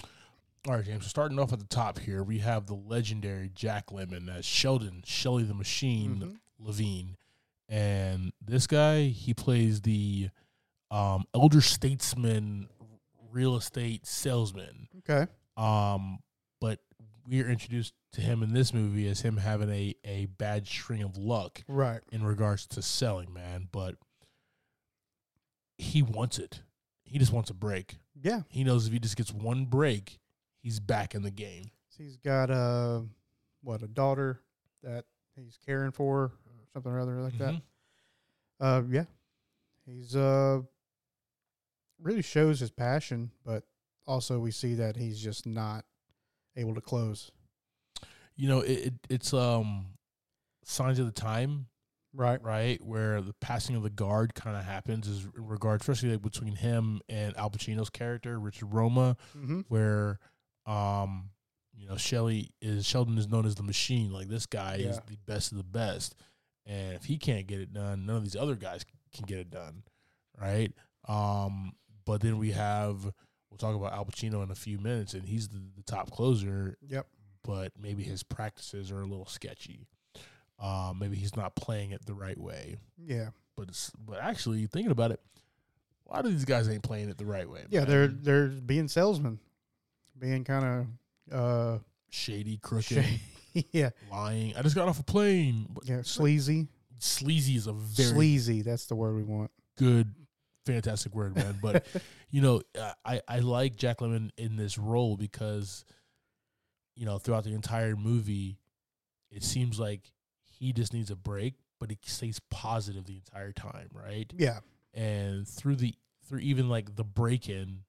Speaker 1: All right, James. So starting off at the top here, we have the legendary Jack Lemmon as Sheldon Shelly the Machine
Speaker 2: Mhm.
Speaker 1: Levine, and this guy he plays the um, elder statesman, real estate salesman.
Speaker 2: Okay.
Speaker 1: Um, but we're introduced to him in this movie as him having a, a bad string of luck
Speaker 2: Right.
Speaker 1: in regards to selling, man. But he wants it. He just wants a break.
Speaker 2: Yeah.
Speaker 1: He knows if he just gets one break, he's back in the game.
Speaker 2: So he's got uh, what a daughter that he's caring for, or something or other like that.
Speaker 1: Mhm.
Speaker 2: Uh, yeah, he's uh really shows his passion, but also we see that he's just not able to close.
Speaker 1: You know, it, it it's um signs of the time,
Speaker 2: Right.
Speaker 1: right? Where the passing of the guard kind of happens is in regard, especially like between him and Al Pacino's character, Richard Roma.
Speaker 2: Mm-hmm.
Speaker 1: where um you know Shelly is Sheldon is known as the machine. Like this guy is
Speaker 2: Yeah.
Speaker 1: the best of the best. And if he can't get it done, none of these other guys can get it done. Right? Um but then we have we'll talk about Al Pacino in a few minutes and he's the, the top closer,
Speaker 2: Yep.
Speaker 1: but maybe his practices are a little sketchy. Um maybe he's not playing it the right way.
Speaker 2: Yeah.
Speaker 1: But it's, but actually thinking about it, a lot of these guys ain't playing it the right way.
Speaker 2: Yeah,
Speaker 1: man.
Speaker 2: they're they're being salesmen, being kind of
Speaker 1: shady,
Speaker 2: uh,
Speaker 1: crooked.
Speaker 2: yeah,
Speaker 1: lying. I just got off a plane. But
Speaker 2: yeah, sleazy,
Speaker 1: sleazy is a very
Speaker 2: sleazy. That's the word we want.
Speaker 1: good, fantastic word, man. But you know, uh, I I like Jack Lemmon in this role because, you know, throughout the entire movie, it seems like he just needs a break, but he stays positive the entire time, right?
Speaker 2: yeah,
Speaker 1: And through the through even like the break in,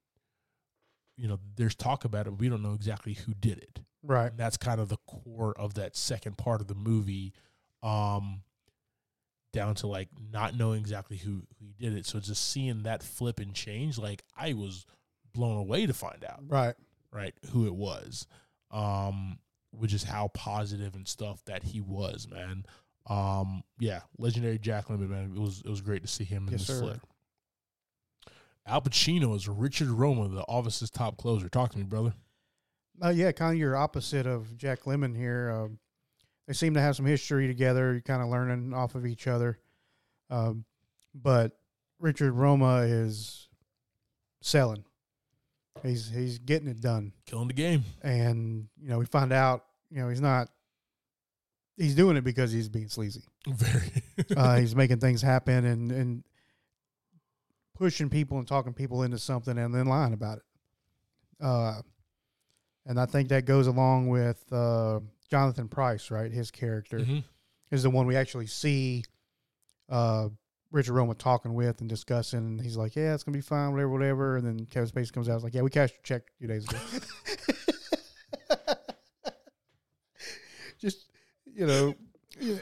Speaker 1: you know, there's talk about it. But we don't know exactly who did it.
Speaker 2: Right.
Speaker 1: and that's kind of the core of that second part of the movie um down to like not knowing exactly who who did it so just seeing that flip and change like i was blown away to find out
Speaker 2: Right.
Speaker 1: right who it was um which is how positive and stuff that he was man um yeah legendary jack lemmon man it was it was great to see him in
Speaker 2: Yes,
Speaker 1: this
Speaker 2: sir.
Speaker 1: flick al pacino is richard roma the office's top closer talk to me brother
Speaker 2: Uh, yeah, kind of your opposite of Jack Lemon here. Um, they seem to have some history together. You're kind of learning off of each other. Um, but Richard Roma is selling. He's he's getting it done,
Speaker 1: killing the game
Speaker 2: and you know we find out you know he's not. He's doing it because he's being sleazy.
Speaker 1: very
Speaker 2: Uh, he's making things happen and and pushing people and talking people into something and then lying about it. Uh, and I think that goes along with uh, Jonathan Price, right? His character
Speaker 1: Mhm.
Speaker 2: is the one we actually see uh, Richard Roma talking with and discussing. And he's like, "Yeah, it's gonna be fine, whatever, whatever." And then Kevin Spacey comes out, he's like, "Yeah, we cashed your check two days ago." Just you know, yeah,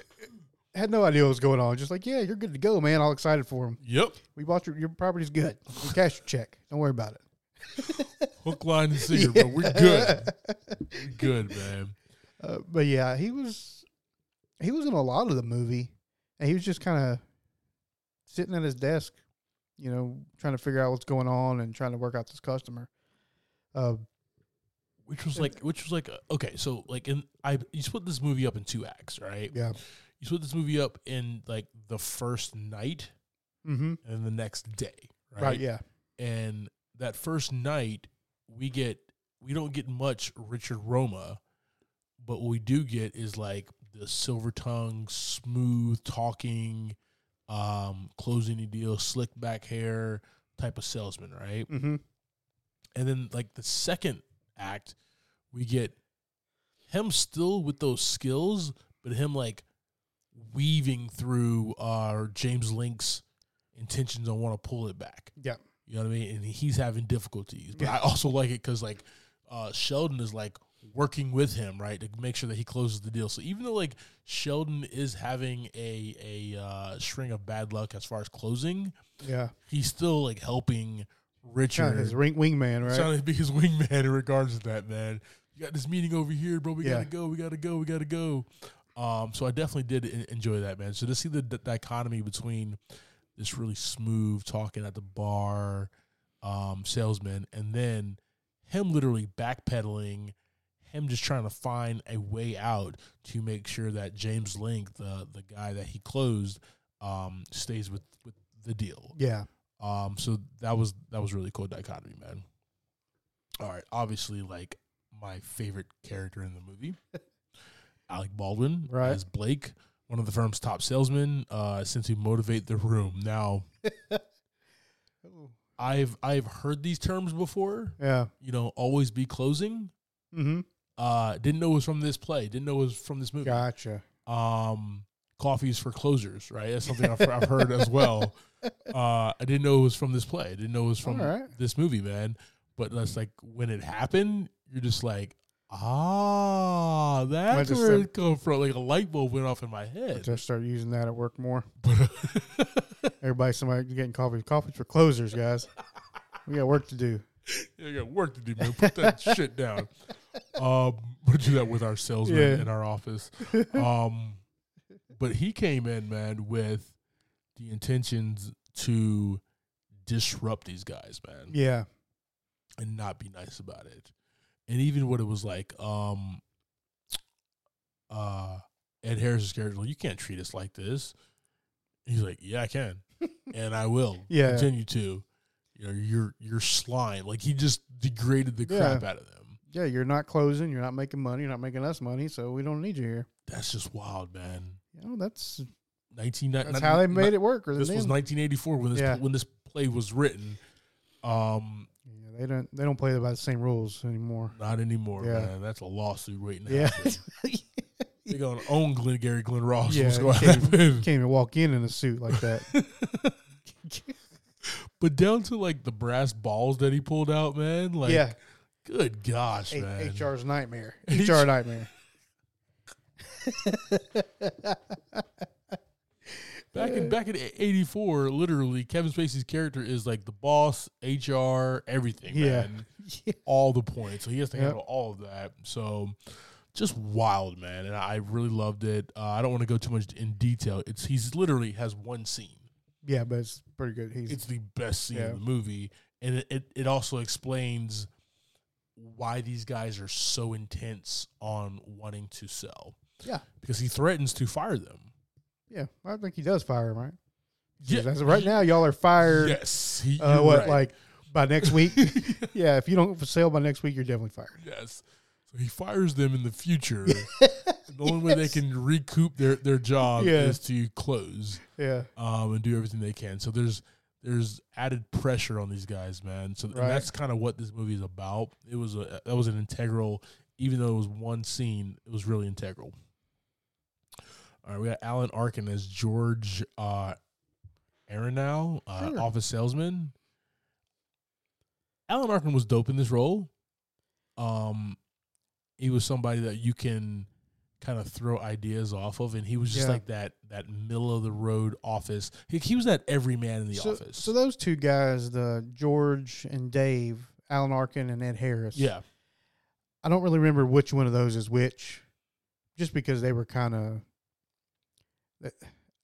Speaker 2: had no idea what was going on. Just like, "Yeah, you're good to go, man." All excited for him.
Speaker 1: Yep.
Speaker 2: We bought your your property's good. We cashed your check. Don't worry about it.
Speaker 1: Hook, line, and sinker, bro. We're good. We're good, man.
Speaker 2: Uh, but yeah, he was he was in a lot of the movie, and he was just kind of sitting at his desk, you know, trying to figure out what's going on and trying to work out this customer. Uh,
Speaker 1: Which was like, which was like, uh, okay, so like, in I, you split this movie up in two acts, right?
Speaker 2: yeah.
Speaker 1: You split this movie up in like the first night
Speaker 2: Mm-hmm.
Speaker 1: and the next day, right?
Speaker 2: Right. Yeah.
Speaker 1: And that first night, we get, we don't get much Richard Roma, but what we do get is like the silver tongue, smooth talking, um, closing the deal, slick back hair type of salesman, right?
Speaker 2: Mm-hmm.
Speaker 1: And then like the second act, we get him still with those skills, but him like weaving through uh James Link's intentions on want to pull it back.
Speaker 2: Yeah.
Speaker 1: You know what I mean? And he's having difficulties. But I also like it because like uh Sheldon is like working with him, right, to make sure that he closes the deal. So even though like Sheldon is having a a uh string of bad luck as far as closing,
Speaker 2: Yeah.
Speaker 1: he's still like helping
Speaker 2: Kind
Speaker 1: Richard
Speaker 2: of his ring wingman, right?
Speaker 1: trying to be his wingman in regards to that, man. You got this meeting over here, bro. We
Speaker 2: Yeah.
Speaker 1: gotta go. We gotta go. We gotta go. Um, so I definitely did en- enjoy that, man. So to see the d- dichotomy between this really smooth talking at the bar, um, salesman, and then him literally backpedaling, him just trying to find a way out to make sure that James Link, the the guy that he closed, um, stays with with the deal.
Speaker 2: yeah.
Speaker 1: Um, so that was that was really cool dichotomy, man. All right, obviously, like my favorite character in the movie, Alec Baldwin
Speaker 2: Right.
Speaker 1: as Blake, one of the firm's top salesmen, uh, since he motivate the room. Now, I've I've heard these terms before.
Speaker 2: Yeah.
Speaker 1: You know, always be closing.
Speaker 2: Mm-hmm.
Speaker 1: Uh, didn't know it was from this play. Didn't know it was from this movie.
Speaker 2: Gotcha.
Speaker 1: um coffees for closers right that's something I've, I've heard as well uh i didn't know it was from this play i didn't know it was from
Speaker 2: All right.
Speaker 1: this movie man but that's like when it happened you're just like ah that's
Speaker 2: just
Speaker 1: where
Speaker 2: said-
Speaker 1: it come from like a light bulb went off in my
Speaker 2: I
Speaker 1: head
Speaker 2: just start using that at work more.
Speaker 1: but
Speaker 2: Everybody, somebody getting coffee. Coffee's for closers, guys. we got work to do.
Speaker 1: you got work to do man put that shit down um we do that with our salesman
Speaker 2: Yeah.
Speaker 1: in our office um but he came in man with the intentions to disrupt these guys man
Speaker 2: Yeah.
Speaker 1: and not be nice about it. And even what it was like, um, uh, Ed Harris's character, like, you can't treat us like this. He's like, yeah, I can, and I will
Speaker 2: Yeah.
Speaker 1: continue to. You know, you're you're slime. Like he just degraded the crap out of them.
Speaker 2: Yeah. You're not closing. You're not making money. You're not making us money. So we don't need you here.
Speaker 1: That's just wild, man.
Speaker 2: You know, that's
Speaker 1: Nineteen.
Speaker 2: That's how they made it work. Or
Speaker 1: This was 1984 when this
Speaker 2: Yeah.
Speaker 1: when this play was written. Um,
Speaker 2: yeah, they don't they don't play by the same rules anymore.
Speaker 1: not anymore,
Speaker 2: Yeah.
Speaker 1: man. That's a lawsuit waiting to
Speaker 2: Yeah,
Speaker 1: happen. They're gonna own Glenn Gary Glenn Ross.
Speaker 2: Yeah,
Speaker 1: What's gonna
Speaker 2: you can't-
Speaker 1: happen?
Speaker 2: can't even walk in in a suit like that.
Speaker 1: But down to like the brass balls that he pulled out, man. Like
Speaker 2: yeah,
Speaker 1: Good gosh, man.
Speaker 2: H- HR's nightmare.
Speaker 1: H-
Speaker 2: HR nightmare.
Speaker 1: Back in back in '84, literally, Kevin Spacey's character is like the boss, HR, everything,
Speaker 2: Yeah.
Speaker 1: man. All the points, so he has to
Speaker 2: Yep.
Speaker 1: handle all of that. So, just wild, man. And I really loved it. Uh, I don't want to go too much in detail. It's he's literally has one scene.
Speaker 2: yeah, but it's pretty good. He's
Speaker 1: It's the best scene
Speaker 2: Yeah.
Speaker 1: in the movie, and it, it it also explains why these guys are so intense on wanting to sell
Speaker 2: yeah,
Speaker 1: because he threatens to fire them.
Speaker 2: yeah. I think he does fire him, right?
Speaker 1: Yeah.
Speaker 2: That's- right now, y'all are fired.
Speaker 1: Yes, he,
Speaker 2: uh,
Speaker 1: you're
Speaker 2: what
Speaker 1: right.
Speaker 2: like by next week? yeah, if you don't for sale by next week, you're definitely fired.
Speaker 1: Yes. So he fires them in the future. the only way they can recoup their, their job
Speaker 2: Yeah.
Speaker 1: is to close
Speaker 2: Yeah,
Speaker 1: um, and do everything they can. So there's there's added pressure on these guys, man. So and
Speaker 2: Right.
Speaker 1: that's kind of what this movie is about. It was a that was an integral, even though it was one scene, it was really integral. All right, we got Alan Arkin as George uh, Aronow, uh,
Speaker 2: Sure.
Speaker 1: office salesman. Alan Arkin was dope in this role. Um, he was somebody that you can kind of throw ideas off of, and he was just
Speaker 2: Yeah.
Speaker 1: like that that middle of the road office. He, he was that every man in the
Speaker 2: so,
Speaker 1: office.
Speaker 2: So those two guys, the George and Dave, Alan Arkin and Ed Harris.
Speaker 1: yeah,
Speaker 2: I don't really remember which one of those is which, just because they were kind of.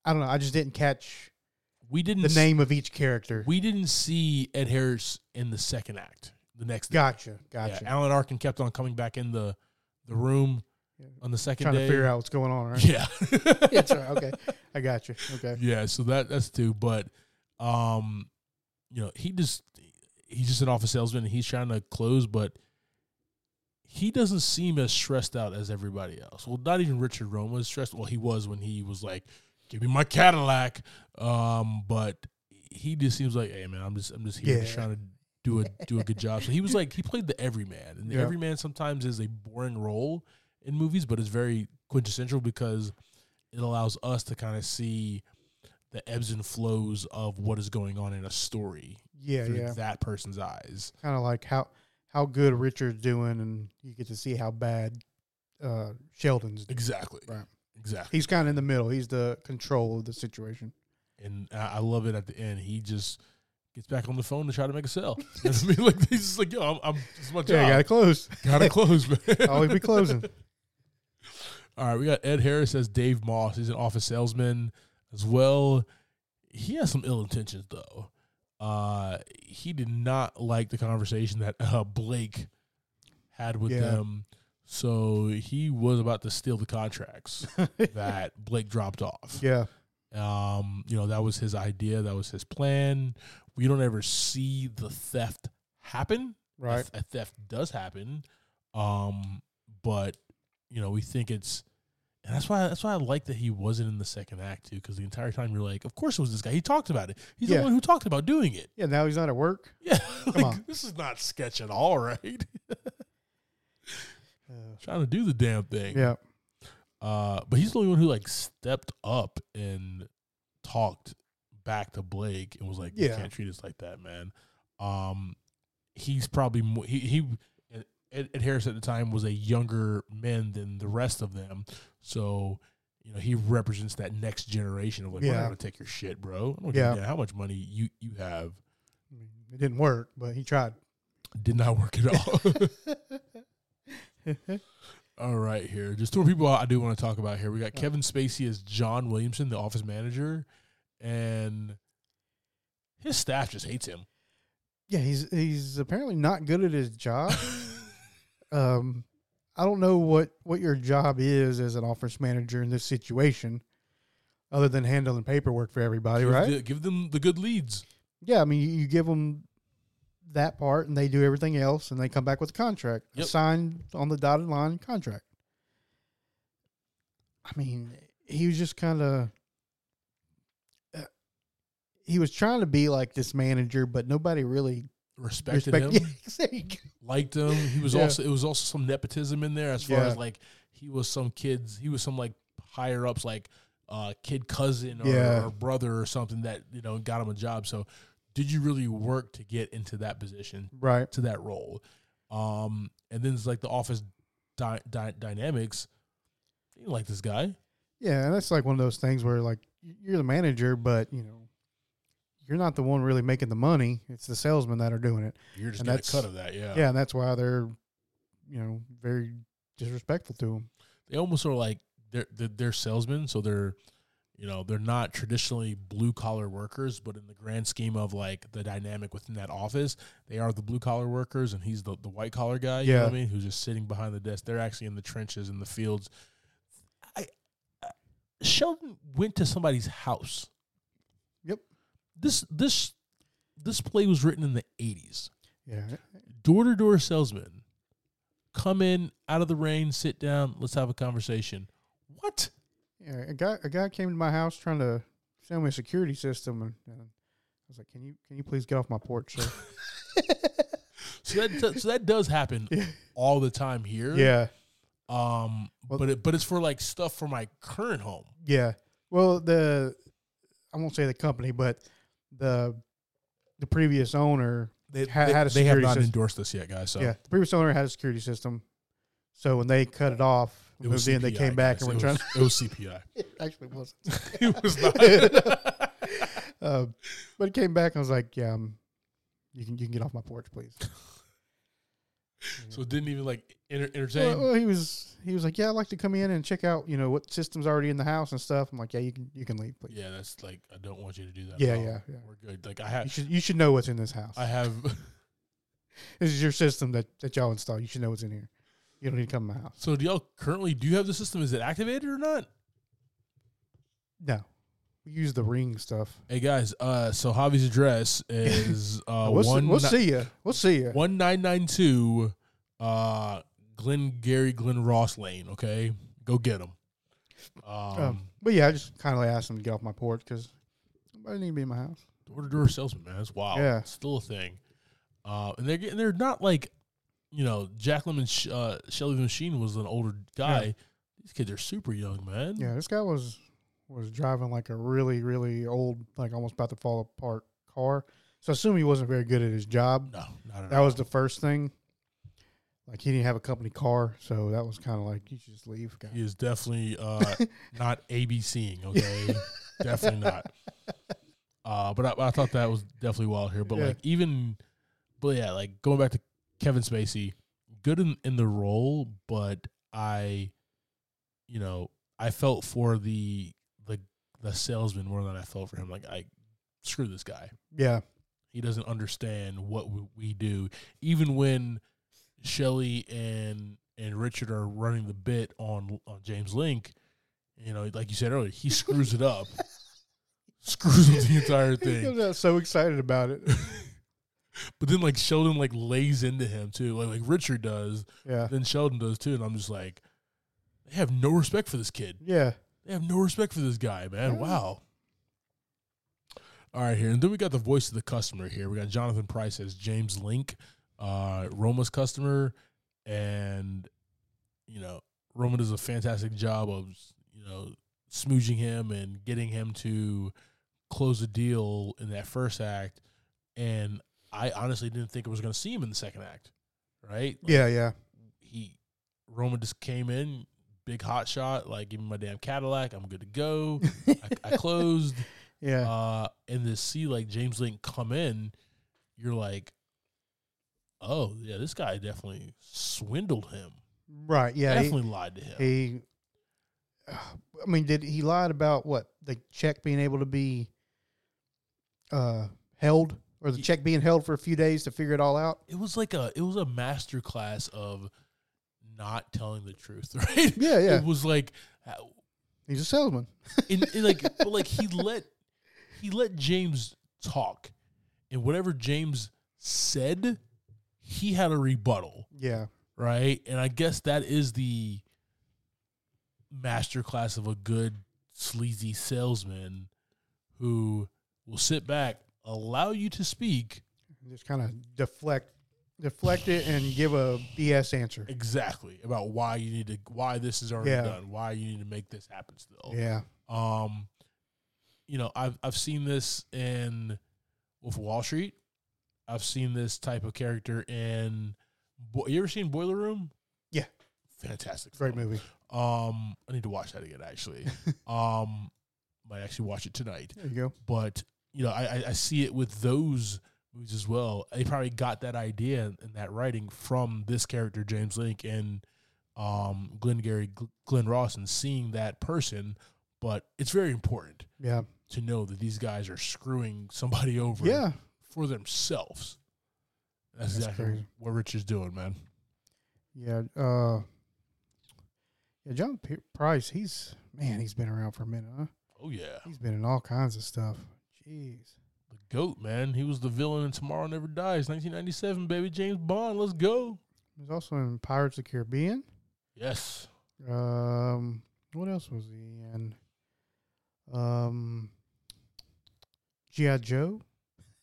Speaker 2: I don't know. I just didn't catch
Speaker 1: we didn't
Speaker 2: the
Speaker 1: s-
Speaker 2: name of each character.
Speaker 1: Hmm. we didn't see Ed Harris in the second act. The next day.
Speaker 2: Gotcha, gotcha.
Speaker 1: Yeah, Alan Arkin kept on coming back in the the room
Speaker 2: Yeah.
Speaker 1: on the second
Speaker 2: Trying
Speaker 1: day.
Speaker 2: to figure out what's going on, right?
Speaker 1: Yeah.
Speaker 2: Yeah, that's right. Okay, I got you. Okay,
Speaker 1: Yeah, so that that's two, but um you know, he just he's just an office salesman and he's trying to close, but he doesn't seem as stressed out as everybody else. Well, not even Richard Roma is stressed. Well, he was when he was like, "Give me my Cadillac," um, but he just seems like, "Hey, man, I'm just I'm just here just
Speaker 2: Yeah.
Speaker 1: trying to do a do a good job." So he was like, he played the everyman, and the
Speaker 2: Yeah.
Speaker 1: everyman sometimes is a boring role in movies, but it's very quintessential because it allows us to kind of see the ebbs and flows of what is going on in a story
Speaker 2: yeah,
Speaker 1: through
Speaker 2: yeah.
Speaker 1: that person's eyes.
Speaker 2: Kind of like how how good Richard's doing, and you get to see how bad uh, Sheldon's. doing.
Speaker 1: Exactly.
Speaker 2: Right.
Speaker 1: Exactly.
Speaker 2: He's kind of in the middle. He's the control of the situation.
Speaker 1: And I I love it at the end. He just gets back on the phone to try to make a sale. You know what I mean, like he's just like, yo, I'm, I'm this is my
Speaker 2: Yeah,
Speaker 1: job.
Speaker 2: you gotta close.
Speaker 1: gotta close, man.
Speaker 2: Always be closing.
Speaker 1: All right, we got Ed Harris as Dave Moss. He's an office salesman as well. He has some ill intentions though. Uh, he did not like the conversation that uh, Blake had with
Speaker 2: Yeah.
Speaker 1: them, so he was about to steal the contracts that Blake dropped off.
Speaker 2: Yeah,
Speaker 1: Um, you know that was his idea, that was his plan. We don't ever see the theft happen
Speaker 2: right.
Speaker 1: a, a theft does happen um but you know we think it's and that's why that's why I like that he wasn't in the second act too because the entire time you're like of course it was this guy he talked about it he's
Speaker 2: Yeah.
Speaker 1: the one who talked about doing it
Speaker 2: Yeah, now he's not at work.
Speaker 1: yeah like,
Speaker 2: on.
Speaker 1: this is not sketch at all right
Speaker 2: Uh,
Speaker 1: trying to do the damn thing
Speaker 2: yeah,
Speaker 1: uh but he's the only one who like stepped up and talked back to Blake and was like you
Speaker 2: Yeah.
Speaker 1: can't treat us like that man um he's probably mo- he he Ed, Ed Harris at the time was a younger man than the rest of them, so you know he represents that next generation of like we're
Speaker 2: Yeah.
Speaker 1: not gonna take your shit, bro. I don't
Speaker 2: Yeah.
Speaker 1: give a damn how much money you you have.
Speaker 2: I mean, it didn't work, but he tried.
Speaker 1: Did not work at all. all right, here just two people I do want to talk about here. We got
Speaker 2: Yeah.
Speaker 1: Kevin Spacey as John Williamson, the office manager, and his staff just hates him.
Speaker 2: Yeah, he's he's apparently not good at his job. um, I don't know what what your job is as an office manager in this situation, other than handling paperwork for everybody,
Speaker 1: give,
Speaker 2: right?
Speaker 1: the- give them the good leads.
Speaker 2: yeah, I mean, you, you give them that part, and they do everything else, and they come back with a contract, a
Speaker 1: Yep.
Speaker 2: signed on the dotted line contract. I mean, he was just kind of. He was trying to be like this manager, but nobody really
Speaker 1: Respected
Speaker 2: respected
Speaker 1: him.
Speaker 2: him. Yeah, there you go.
Speaker 1: liked him. He was
Speaker 2: Yeah.
Speaker 1: also it was also some nepotism in there as far
Speaker 2: Yeah.
Speaker 1: as like he was some kids he was some like higher ups like uh kid cousin or,
Speaker 2: Yeah.
Speaker 1: or brother or something that you know got him a job. So did you really work to get into that position
Speaker 2: right.
Speaker 1: to that role? Um, and then it's like the office dy- dy- dynamics. You didn't like this guy.
Speaker 2: Yeah, and that's like one of those things where like y- you're the manager, but you know, you're not the one really making the money. It's the salesmen that are doing it.
Speaker 1: You're just
Speaker 2: And
Speaker 1: getting a
Speaker 2: that's-
Speaker 1: cut of that. Yeah.
Speaker 2: Yeah, and that's why they're, you know, very disrespectful to them.
Speaker 1: They almost are like they're, they're they're salesmen, so they're you know they're not traditionally blue collar workers, but in the grand scheme of like the dynamic within that office, they are the blue collar workers, and he's the, the white collar guy. You know what I
Speaker 2: Yeah.
Speaker 1: mean? Who's just sitting behind the desk? They're actually in the trenches in the fields. I, I Sheldon went to somebody's house.
Speaker 2: Yep.
Speaker 1: This this this play was written in the eighties
Speaker 2: Yeah,
Speaker 1: door to door salesman. Come in out of the rain, sit down, let's have a conversation. What?
Speaker 2: yeah. A guy, a guy came to my house trying to sell me a security system, and, and I was like, "Can you, can you please get off my porch?" Sir?
Speaker 1: So that do- so that does happen
Speaker 2: Yeah.
Speaker 1: all the time here.
Speaker 2: yeah,
Speaker 1: Um.
Speaker 2: Well-
Speaker 1: but it, but it's for like stuff for my current home.
Speaker 2: yeah. Well, the I won't say the company, but the the previous owner
Speaker 1: They
Speaker 2: Ha-
Speaker 1: they,
Speaker 2: had a
Speaker 1: they have
Speaker 2: security
Speaker 1: not
Speaker 2: system.
Speaker 1: endorsed this yet, guys. So
Speaker 2: Yeah, the previous owner had a security system, so when they cut it off,
Speaker 1: it
Speaker 2: moved in, they
Speaker 1: CPI,
Speaker 2: came back
Speaker 1: guys.
Speaker 2: and were
Speaker 1: it
Speaker 2: trying.
Speaker 1: was, it was CPI.
Speaker 2: It actually wasn't,
Speaker 1: it was not.
Speaker 2: Um but it came back and I was like, "Yeah, um, you can you can get off my porch, please."
Speaker 1: so it didn't even like enter, entertain.
Speaker 2: Well, well, he was he was like, "Yeah, I'd like to come in and check out, you know, what systems already in the house and stuff." I'm like, "Yeah, you can you can leave, please.
Speaker 1: yeah, that's like I don't want you to do that.
Speaker 2: Yeah,
Speaker 1: No,
Speaker 2: yeah, yeah.
Speaker 1: We're good. Like I
Speaker 2: You
Speaker 1: have
Speaker 2: should you should know what's in this house.
Speaker 1: I have
Speaker 2: this is your system that that y'all install. You should know what's in here. You don't need to come to my house."
Speaker 1: So do y'all currently do you have the system? Is it activated or not?
Speaker 2: No, we use the ring stuff.
Speaker 1: Hey guys, uh, so Javi's address is uh one
Speaker 2: we'll see, we'll
Speaker 1: ni-
Speaker 2: see you. We'll see you.
Speaker 1: one nine nine two, uh, Glen Gary Glen Ross Lane. Okay, go get him.
Speaker 2: Um,
Speaker 1: Um,
Speaker 2: but yeah, I just kind of asked him to get off my porch because nobody need to be in my house.
Speaker 1: door to door salesman, man, that's wild.
Speaker 2: Yeah.
Speaker 1: It's still a thing. Uh, and they're getting, they're not like, you know, Jack Lemon, Sh- uh, Shelly the Machine was an older guy. These kids are super young, man.
Speaker 2: Yeah, this guy was was driving like a really really old, like almost about to fall apart car. So I assume he wasn't very good at his job.
Speaker 1: No, not at
Speaker 2: That
Speaker 1: all.
Speaker 2: was the first thing. Like he didn't have a company car, so that was kind of like you should just leave. Guy.
Speaker 1: He is definitely uh, not ABCing, okay? definitely not. Uh, but I, I thought that was definitely wild here. But
Speaker 2: Yeah.
Speaker 1: like even, but yeah, like going back to Kevin Spacey, good in, in the role, but I, you know, I felt for the the the salesman more than I felt for him. Like I screw this guy.
Speaker 2: Yeah,
Speaker 1: He doesn't understand what we, we do. Even when Shelly and and Richard are running the bit on on James Link, you know, like you said earlier, he screws it up, screws up the entire
Speaker 2: he
Speaker 1: thing.
Speaker 2: comes out so excited about it.
Speaker 1: But then like Sheldon like lays into him too, like like Richard does.
Speaker 2: Yeah,
Speaker 1: Then Sheldon does too, and I'm just like, they have no respect for this kid.
Speaker 2: yeah,
Speaker 1: They have no respect for this guy, man.
Speaker 2: Yeah.
Speaker 1: Wow. All right, here. And then we got the voice of the customer here. We got Jonathan Price as James Link, uh, Roma's customer. And, you know, Roma does a fantastic job of, you know, smooching him and getting him to close the deal in that first act. And I honestly didn't think I was going to see him in the second act, right? Like,
Speaker 2: yeah, yeah,
Speaker 1: he Roma just came in, big hot shot, like give me my damn Cadillac, I'm good to go. I, I closed.
Speaker 2: yeah.
Speaker 1: Uh and to see like James Link come in, you're like, Oh, yeah, this guy definitely swindled him.
Speaker 2: right, yeah. he-
Speaker 1: definitely lied to him.
Speaker 2: He, I mean, did he lied about what the check being able to be uh, held, or the
Speaker 1: Ye-
Speaker 2: check being held for a few days to figure it all out?
Speaker 1: it was like a it was a master class of not telling the truth, right?
Speaker 2: Yeah, yeah.
Speaker 1: It was like uh,
Speaker 2: He's a salesman.
Speaker 1: and, and, like but like he let he let James talk, and whatever James said, he had a rebuttal,
Speaker 2: Yeah,
Speaker 1: right? And I guess that is the masterclass of a good sleazy salesman who will sit back, allow you to speak
Speaker 2: just kind of deflect, deflect it, and give a BS answer.
Speaker 1: exactly about why you need to why this is already
Speaker 2: Yeah.
Speaker 1: done, why you need to make this happen still.
Speaker 2: Yeah,
Speaker 1: Um, you know, I've I've seen this in Wolf of Wall Street. I've seen this type of character in Bo- you ever seen Boiler Room?
Speaker 2: Yeah.
Speaker 1: fantastic,
Speaker 2: Great
Speaker 1: film.
Speaker 2: movie.
Speaker 1: Um, I need to watch that again. Actually, um, might actually watch it tonight.
Speaker 2: There you go.
Speaker 1: But you know, I, I, I see it with those movies as well. They probably got that idea and that writing from this character James Link and um, Glenn Gary Glenn Ross and seeing that person. But it's very important
Speaker 2: Yeah.
Speaker 1: to know that these guys are screwing somebody over
Speaker 2: Yeah.
Speaker 1: for themselves. That's,
Speaker 2: That's
Speaker 1: exactly
Speaker 2: crazy.
Speaker 1: what Rich is doing, man.
Speaker 2: Yeah. Uh, yeah. John P- Price, he's, man, he's been around for a minute, huh?
Speaker 1: Oh yeah,
Speaker 2: He's been in all kinds of stuff. Jeez.
Speaker 1: the goat, man. He was the villain in Tomorrow Never Dies, 1997, baby. James Bond, let's go.
Speaker 2: He was also in Pirates of the Caribbean.
Speaker 1: Yes,
Speaker 2: Um, what else was he in? Um, G.I. Joe.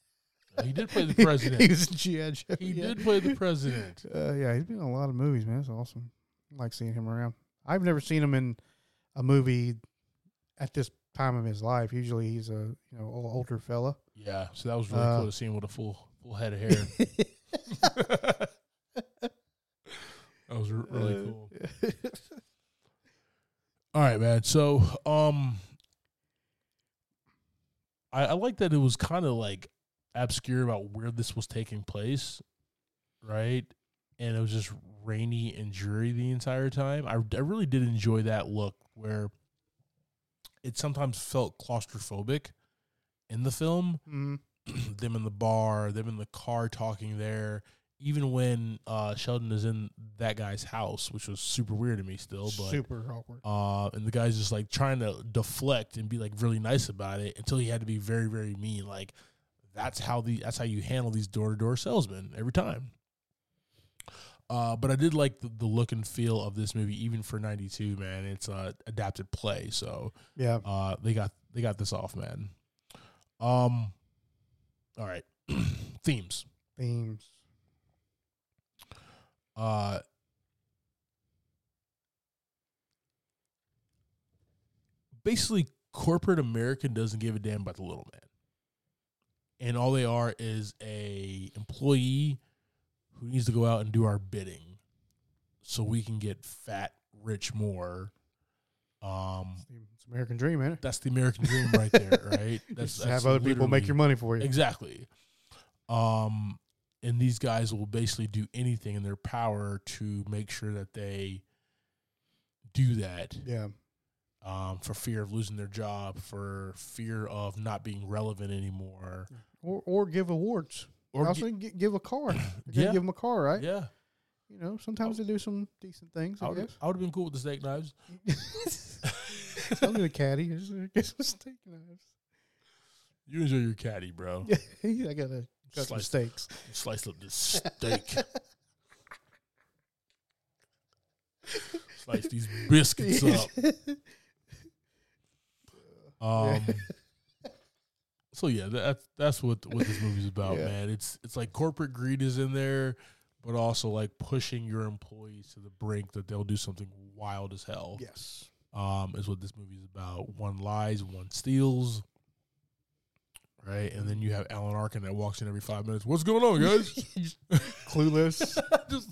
Speaker 1: he did play the president.
Speaker 2: he was in G.I. Joe.
Speaker 1: He
Speaker 2: yeah.
Speaker 1: did play the president.
Speaker 2: Uh, yeah, he's been in a lot of movies, man. That's awesome. I like seeing him around. I've never seen him in a movie at this time of his life. Usually, he's a you know o- older fella.
Speaker 1: Yeah, so that was really
Speaker 2: Uh,
Speaker 1: cool to see him with a full full head of hair. that was r- really
Speaker 2: Uh,
Speaker 1: cool. All right, man. So, um, I, I like that it was kind of like obscure about where this was taking place, right? And it was just rainy and dreary the entire time. I, I really did enjoy that look where it sometimes felt claustrophobic in the film.
Speaker 2: mm,
Speaker 1: them in the bar, them in the car talking there. Even when uh, Sheldon is in that guy's house, which was super weird to me still, but
Speaker 2: super awkward.
Speaker 1: uh, and the guy's just like trying to deflect and be like really nice about it until he had to be very very mean. Like that's how the that's how you handle these door to door salesmen every time. Uh, but I did like the, the look and feel of this movie, even for '92, man. It's a adapted play, so
Speaker 2: Yeah.
Speaker 1: uh, they got they got this off, man. Um, all right, themes.
Speaker 2: Themes.
Speaker 1: Uh, basically, corporate America doesn't give a damn about the little man, and all they are is a employee who needs to go out and do our bidding, so we can get fat, rich, more. Um,
Speaker 2: It's the it's American Dream, ain't it?
Speaker 1: that's the American dream right there, right? That's,
Speaker 2: Just have other people make
Speaker 1: literally-
Speaker 2: your money for you.
Speaker 1: Exactly. Um, and these guys will basically do anything in their power to make sure that they do that
Speaker 2: Yeah.
Speaker 1: um, for fear of losing their job, for fear of not being relevant anymore.
Speaker 2: Or or give awards.
Speaker 1: Or
Speaker 2: also gi- give a car. They're gonna
Speaker 1: Yeah.
Speaker 2: Give them a car, right?
Speaker 1: yeah,
Speaker 2: You know, sometimes they do some decent things,
Speaker 1: I
Speaker 2: I
Speaker 1: would
Speaker 2: guess.
Speaker 1: I would have been cool with the steak knives.
Speaker 2: I'm in a caddy. Just uh, get some steak knives.
Speaker 1: you enjoy your caddy, bro.
Speaker 2: I gotta cut some
Speaker 1: Slice,
Speaker 2: steaks.
Speaker 1: slice up this steak. slice these biscuits up. Um, so yeah, that's that's what what this movie's about,
Speaker 2: Yeah.
Speaker 1: man. It's it's like corporate greed is in there, but also like pushing your employees to the brink that they'll do something wild as hell.
Speaker 2: yes.
Speaker 1: Um, is what this movie's about. One lies, one steals. Right, and then you have Alan Arkin that walks in every five minutes. What's going on, guys?
Speaker 2: Clueless.
Speaker 1: Just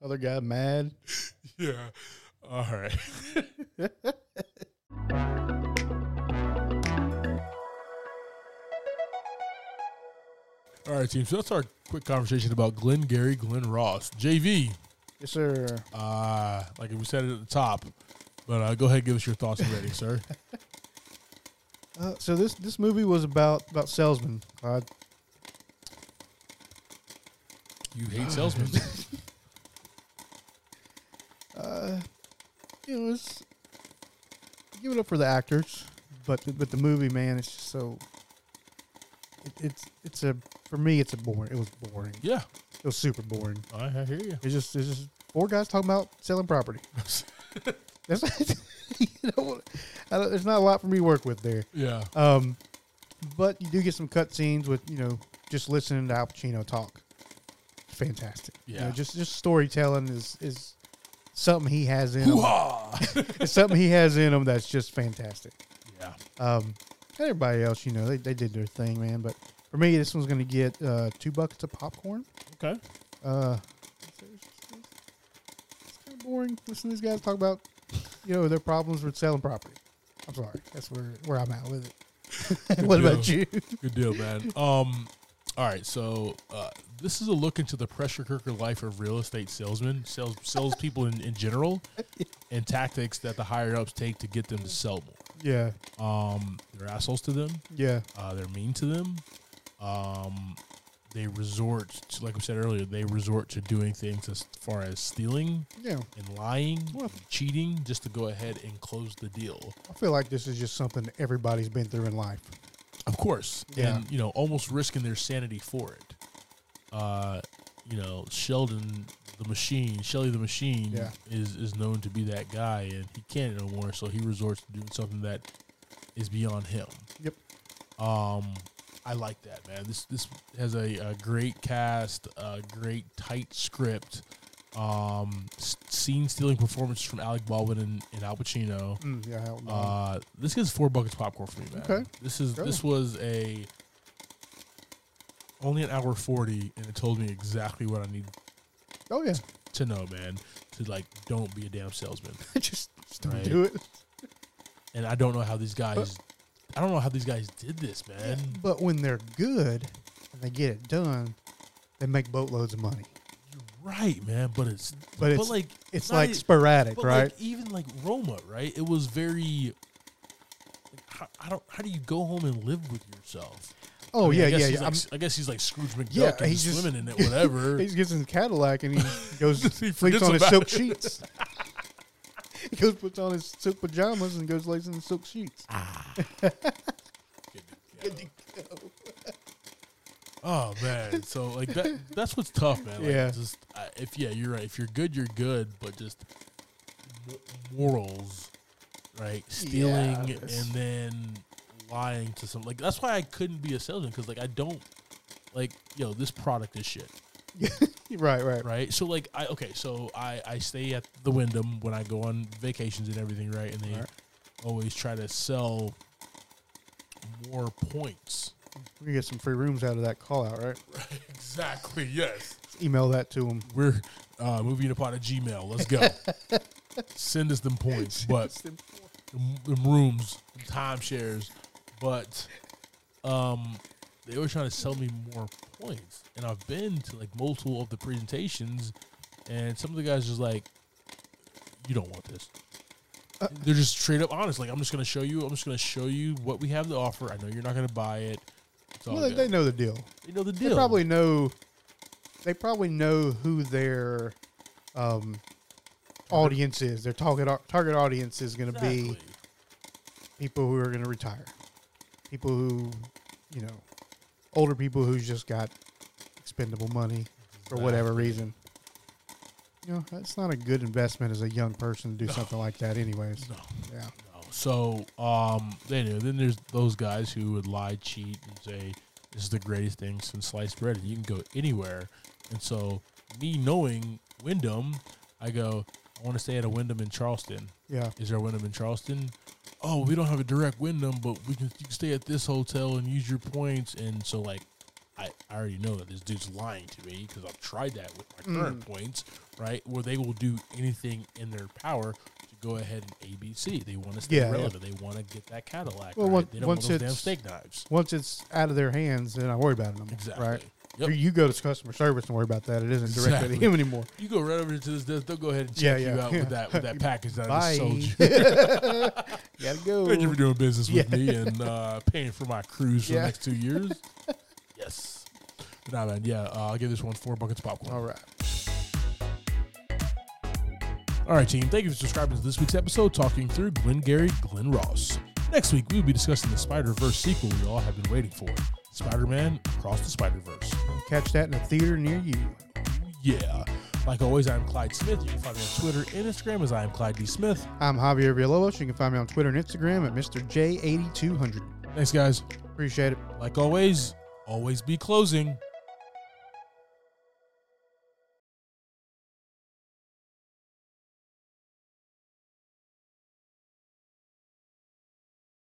Speaker 2: Other guy mad.
Speaker 1: yeah. All right. All right, team. So that's our quick conversation about Glenn Gary, Glenn Ross, JV.
Speaker 2: Yes, sir.
Speaker 1: Uh, like we said it at the top, but uh, go ahead, and give us your thoughts and rating, sir.
Speaker 2: Uh, so this this movie was about about salesmen. Clyde.
Speaker 1: You hate salesmen.
Speaker 2: uh, you know, it's give it up for the actors, but but the movie, man, it's just so. It, it's it's a for me, it's a boring. It was boring.
Speaker 1: yeah,
Speaker 2: It was super boring.
Speaker 1: I I hear you.
Speaker 2: It's just it's just four guys talking about selling property. That's you know, what- I don't, there's not a lot for me to work with there.
Speaker 1: Yeah,
Speaker 2: Um, but you do get some cut scenes with you know just listening to Al Pacino talk. It's fantastic. You know,
Speaker 1: Yeah.
Speaker 2: just just storytelling is is something he has in. him.
Speaker 1: Hoo-ha!
Speaker 2: it's something he has in him that's just fantastic.
Speaker 1: yeah,
Speaker 2: Um, everybody else, you know, they, they did their thing, man. But for me, this one's going to get uh, two buckets of popcorn.
Speaker 1: okay.
Speaker 2: Uh, It's kind of boring listening to these guys talk about, you know, their problems with selling property. I'm sorry, that's where where I'm at with it.
Speaker 1: Good
Speaker 2: what
Speaker 1: deal.
Speaker 2: about you?
Speaker 1: Good deal, man. Um, all right, so uh, this is a look into the pressure cooker life of real estate salesmen, sales salespeople in, in general, and tactics that the higher ups take to get them to sell more.
Speaker 2: Yeah,
Speaker 1: Um, they're assholes to them.
Speaker 2: yeah,
Speaker 1: Uh, they're mean to them. Um, they resort, to, like we said earlier, they resort to doing things as far as stealing
Speaker 2: yeah.
Speaker 1: and lying,
Speaker 2: Well-
Speaker 1: and cheating, just to go ahead and close the deal.
Speaker 2: I feel like this is just something everybody's been through in life.
Speaker 1: Of course.
Speaker 2: Yeah.
Speaker 1: And, you know, almost risking their sanity for it. Uh, you know, Sheldon the machine, Shelly the machine
Speaker 2: Yeah.
Speaker 1: is is known to be that guy and he can't no more, so he resorts to doing something that is beyond him.
Speaker 2: Yep.
Speaker 1: Um I like that, man. This this has a, a great cast, a great tight script. Um, s- scene stealing performances from Alec Baldwin and, and Al Pacino.
Speaker 2: Mm, yeah, I don't know.
Speaker 1: Uh, this gets four buckets of popcorn for me, man.
Speaker 2: Okay.
Speaker 1: This is
Speaker 2: Go.
Speaker 1: this was a only an hour forty, and it told me exactly what I need
Speaker 2: oh yeah,
Speaker 1: to know, man. To like, don't be a damn salesman.
Speaker 2: just, just don't
Speaker 1: Right.
Speaker 2: do it.
Speaker 1: And I don't know how these guys, I don't know how these guys did this, man.
Speaker 2: But when they're good and they get it done, they make boatloads of money.
Speaker 1: You're right, man. But it's
Speaker 2: But it's-
Speaker 1: like
Speaker 2: It's
Speaker 1: not
Speaker 2: like
Speaker 1: e-
Speaker 2: sporadic,
Speaker 1: but
Speaker 2: right?
Speaker 1: like even like Roma, right? It was very. like, How, I don't. How do you go home and live with yourself?
Speaker 2: oh
Speaker 1: I mean,
Speaker 2: yeah,
Speaker 1: I guess
Speaker 2: yeah,
Speaker 1: he's
Speaker 2: yeah.
Speaker 1: Like,
Speaker 2: I'm-
Speaker 1: I guess he's like Scrooge McDuck
Speaker 2: Yeah,
Speaker 1: and
Speaker 2: he's
Speaker 1: he's
Speaker 2: just-
Speaker 1: swimming in it, whatever.
Speaker 2: He gets in the Cadillac and he goes
Speaker 1: He
Speaker 2: sleeps
Speaker 1: forgets
Speaker 2: on his
Speaker 1: about
Speaker 2: silk
Speaker 1: it.
Speaker 2: sheets. he goes puts on his silk pajamas and goes lays in the silk sheets.
Speaker 1: Ah. Good to go. oh man, so like that that's what's tough, man. Like,
Speaker 2: Yeah.
Speaker 1: Just I if yeah, you're right. If you're good, you're good, but just mo- morals, right? Stealing
Speaker 2: that's-
Speaker 1: and then lying to some like that's why I couldn't be a salesman because like I don't like yo this product is shit
Speaker 2: right, right,
Speaker 1: right so like i okay so i i stay at the wyndham when i go on vacations and everything right and they
Speaker 2: Right.
Speaker 1: always try to sell more points
Speaker 2: We get some free rooms out of that call out, right?
Speaker 1: Exactly. Yes.
Speaker 2: Email that to him.
Speaker 1: We're uh, moving upon a Gmail. Let's go. Send us them points, but them, them rooms, them timeshares, but um, they were trying to sell me more points, and I've been to like multiple of the presentations, and some of the guys just like, you don't want this.
Speaker 2: Uh.
Speaker 1: They're just straight up honest. Like I'm just gonna show you. I'm just gonna show you what we have to offer. I know you're not gonna buy it. It's all
Speaker 2: Well, they,
Speaker 1: good.
Speaker 2: they know the deal.
Speaker 1: They know the deal.
Speaker 2: They probably know. They probably know who their um, audience is. Their target au- target audience is going to be
Speaker 1: Exactly.
Speaker 2: people who are going to retire, people who, you know, older people who just got expendable money for whatever
Speaker 1: Exactly.
Speaker 2: reason. You know, that's not a good investment as a young person to do something like that, anyways.
Speaker 1: No,
Speaker 2: Yeah.
Speaker 1: no. So, um, then, then there's those guys who would lie, cheat, and say this is the greatest thing since sliced bread. and You can go anywhere, and so me knowing Wyndham, I go. I want to stay at a Wyndham in Charleston.
Speaker 2: Yeah.
Speaker 1: Is there a Wyndham in Charleston? Oh, we don't have a direct Wyndham, but we can, you can stay at this hotel and use your points. And so, like, I, I already know that this dude's lying to me because I've tried that with my
Speaker 2: Mm.
Speaker 1: current points, right? Where they will do anything in their power to go ahead and ABC. They want to stay
Speaker 2: Yeah, yeah.
Speaker 1: relevant. They want to get that Cadillac.
Speaker 2: Well,
Speaker 1: right?
Speaker 2: once-
Speaker 1: they don't want
Speaker 2: once
Speaker 1: those damn
Speaker 2: it's-
Speaker 1: steak knives.
Speaker 2: Once it's out of their hands, then I worry about it no more.
Speaker 1: Exactly.
Speaker 2: Right.
Speaker 1: Yep.
Speaker 2: You go to customer service and worry about that. It isn't directly
Speaker 1: Exactly.
Speaker 2: to him anymore.
Speaker 1: You go right over to this desk. They'll go ahead and
Speaker 2: Yeah,
Speaker 1: check you
Speaker 2: yeah,
Speaker 1: out
Speaker 2: yeah.
Speaker 1: with that with that package that I
Speaker 2: Bye.
Speaker 1: just sold you.
Speaker 2: Gotta go.
Speaker 1: Thank you for doing business with
Speaker 2: Yeah.
Speaker 1: me and uh, paying for my cruise for
Speaker 2: Yeah.
Speaker 1: the next two years. yes. But nah, man. Yeah, uh, I'll give this one four buckets of popcorn.
Speaker 2: All right.
Speaker 1: All right, team. Thank you for subscribing to this week's episode, talking through Glenn Gary, Glenn Ross. Next week, we'll be discussing the Spider Verse sequel we all have been waiting for Spider Man Across the Spider Verse.
Speaker 2: Catch that in a theater near you.
Speaker 1: Yeah. Like always, I'm Clyde Smith. You can find me on Twitter and Instagram as I am Clyde D. Smith.
Speaker 2: I'm Javier Villalobos. You can find me on Twitter and Instagram at Mr. J8200.
Speaker 1: Thanks, guys.
Speaker 2: Appreciate it.
Speaker 1: Like always, always be closing.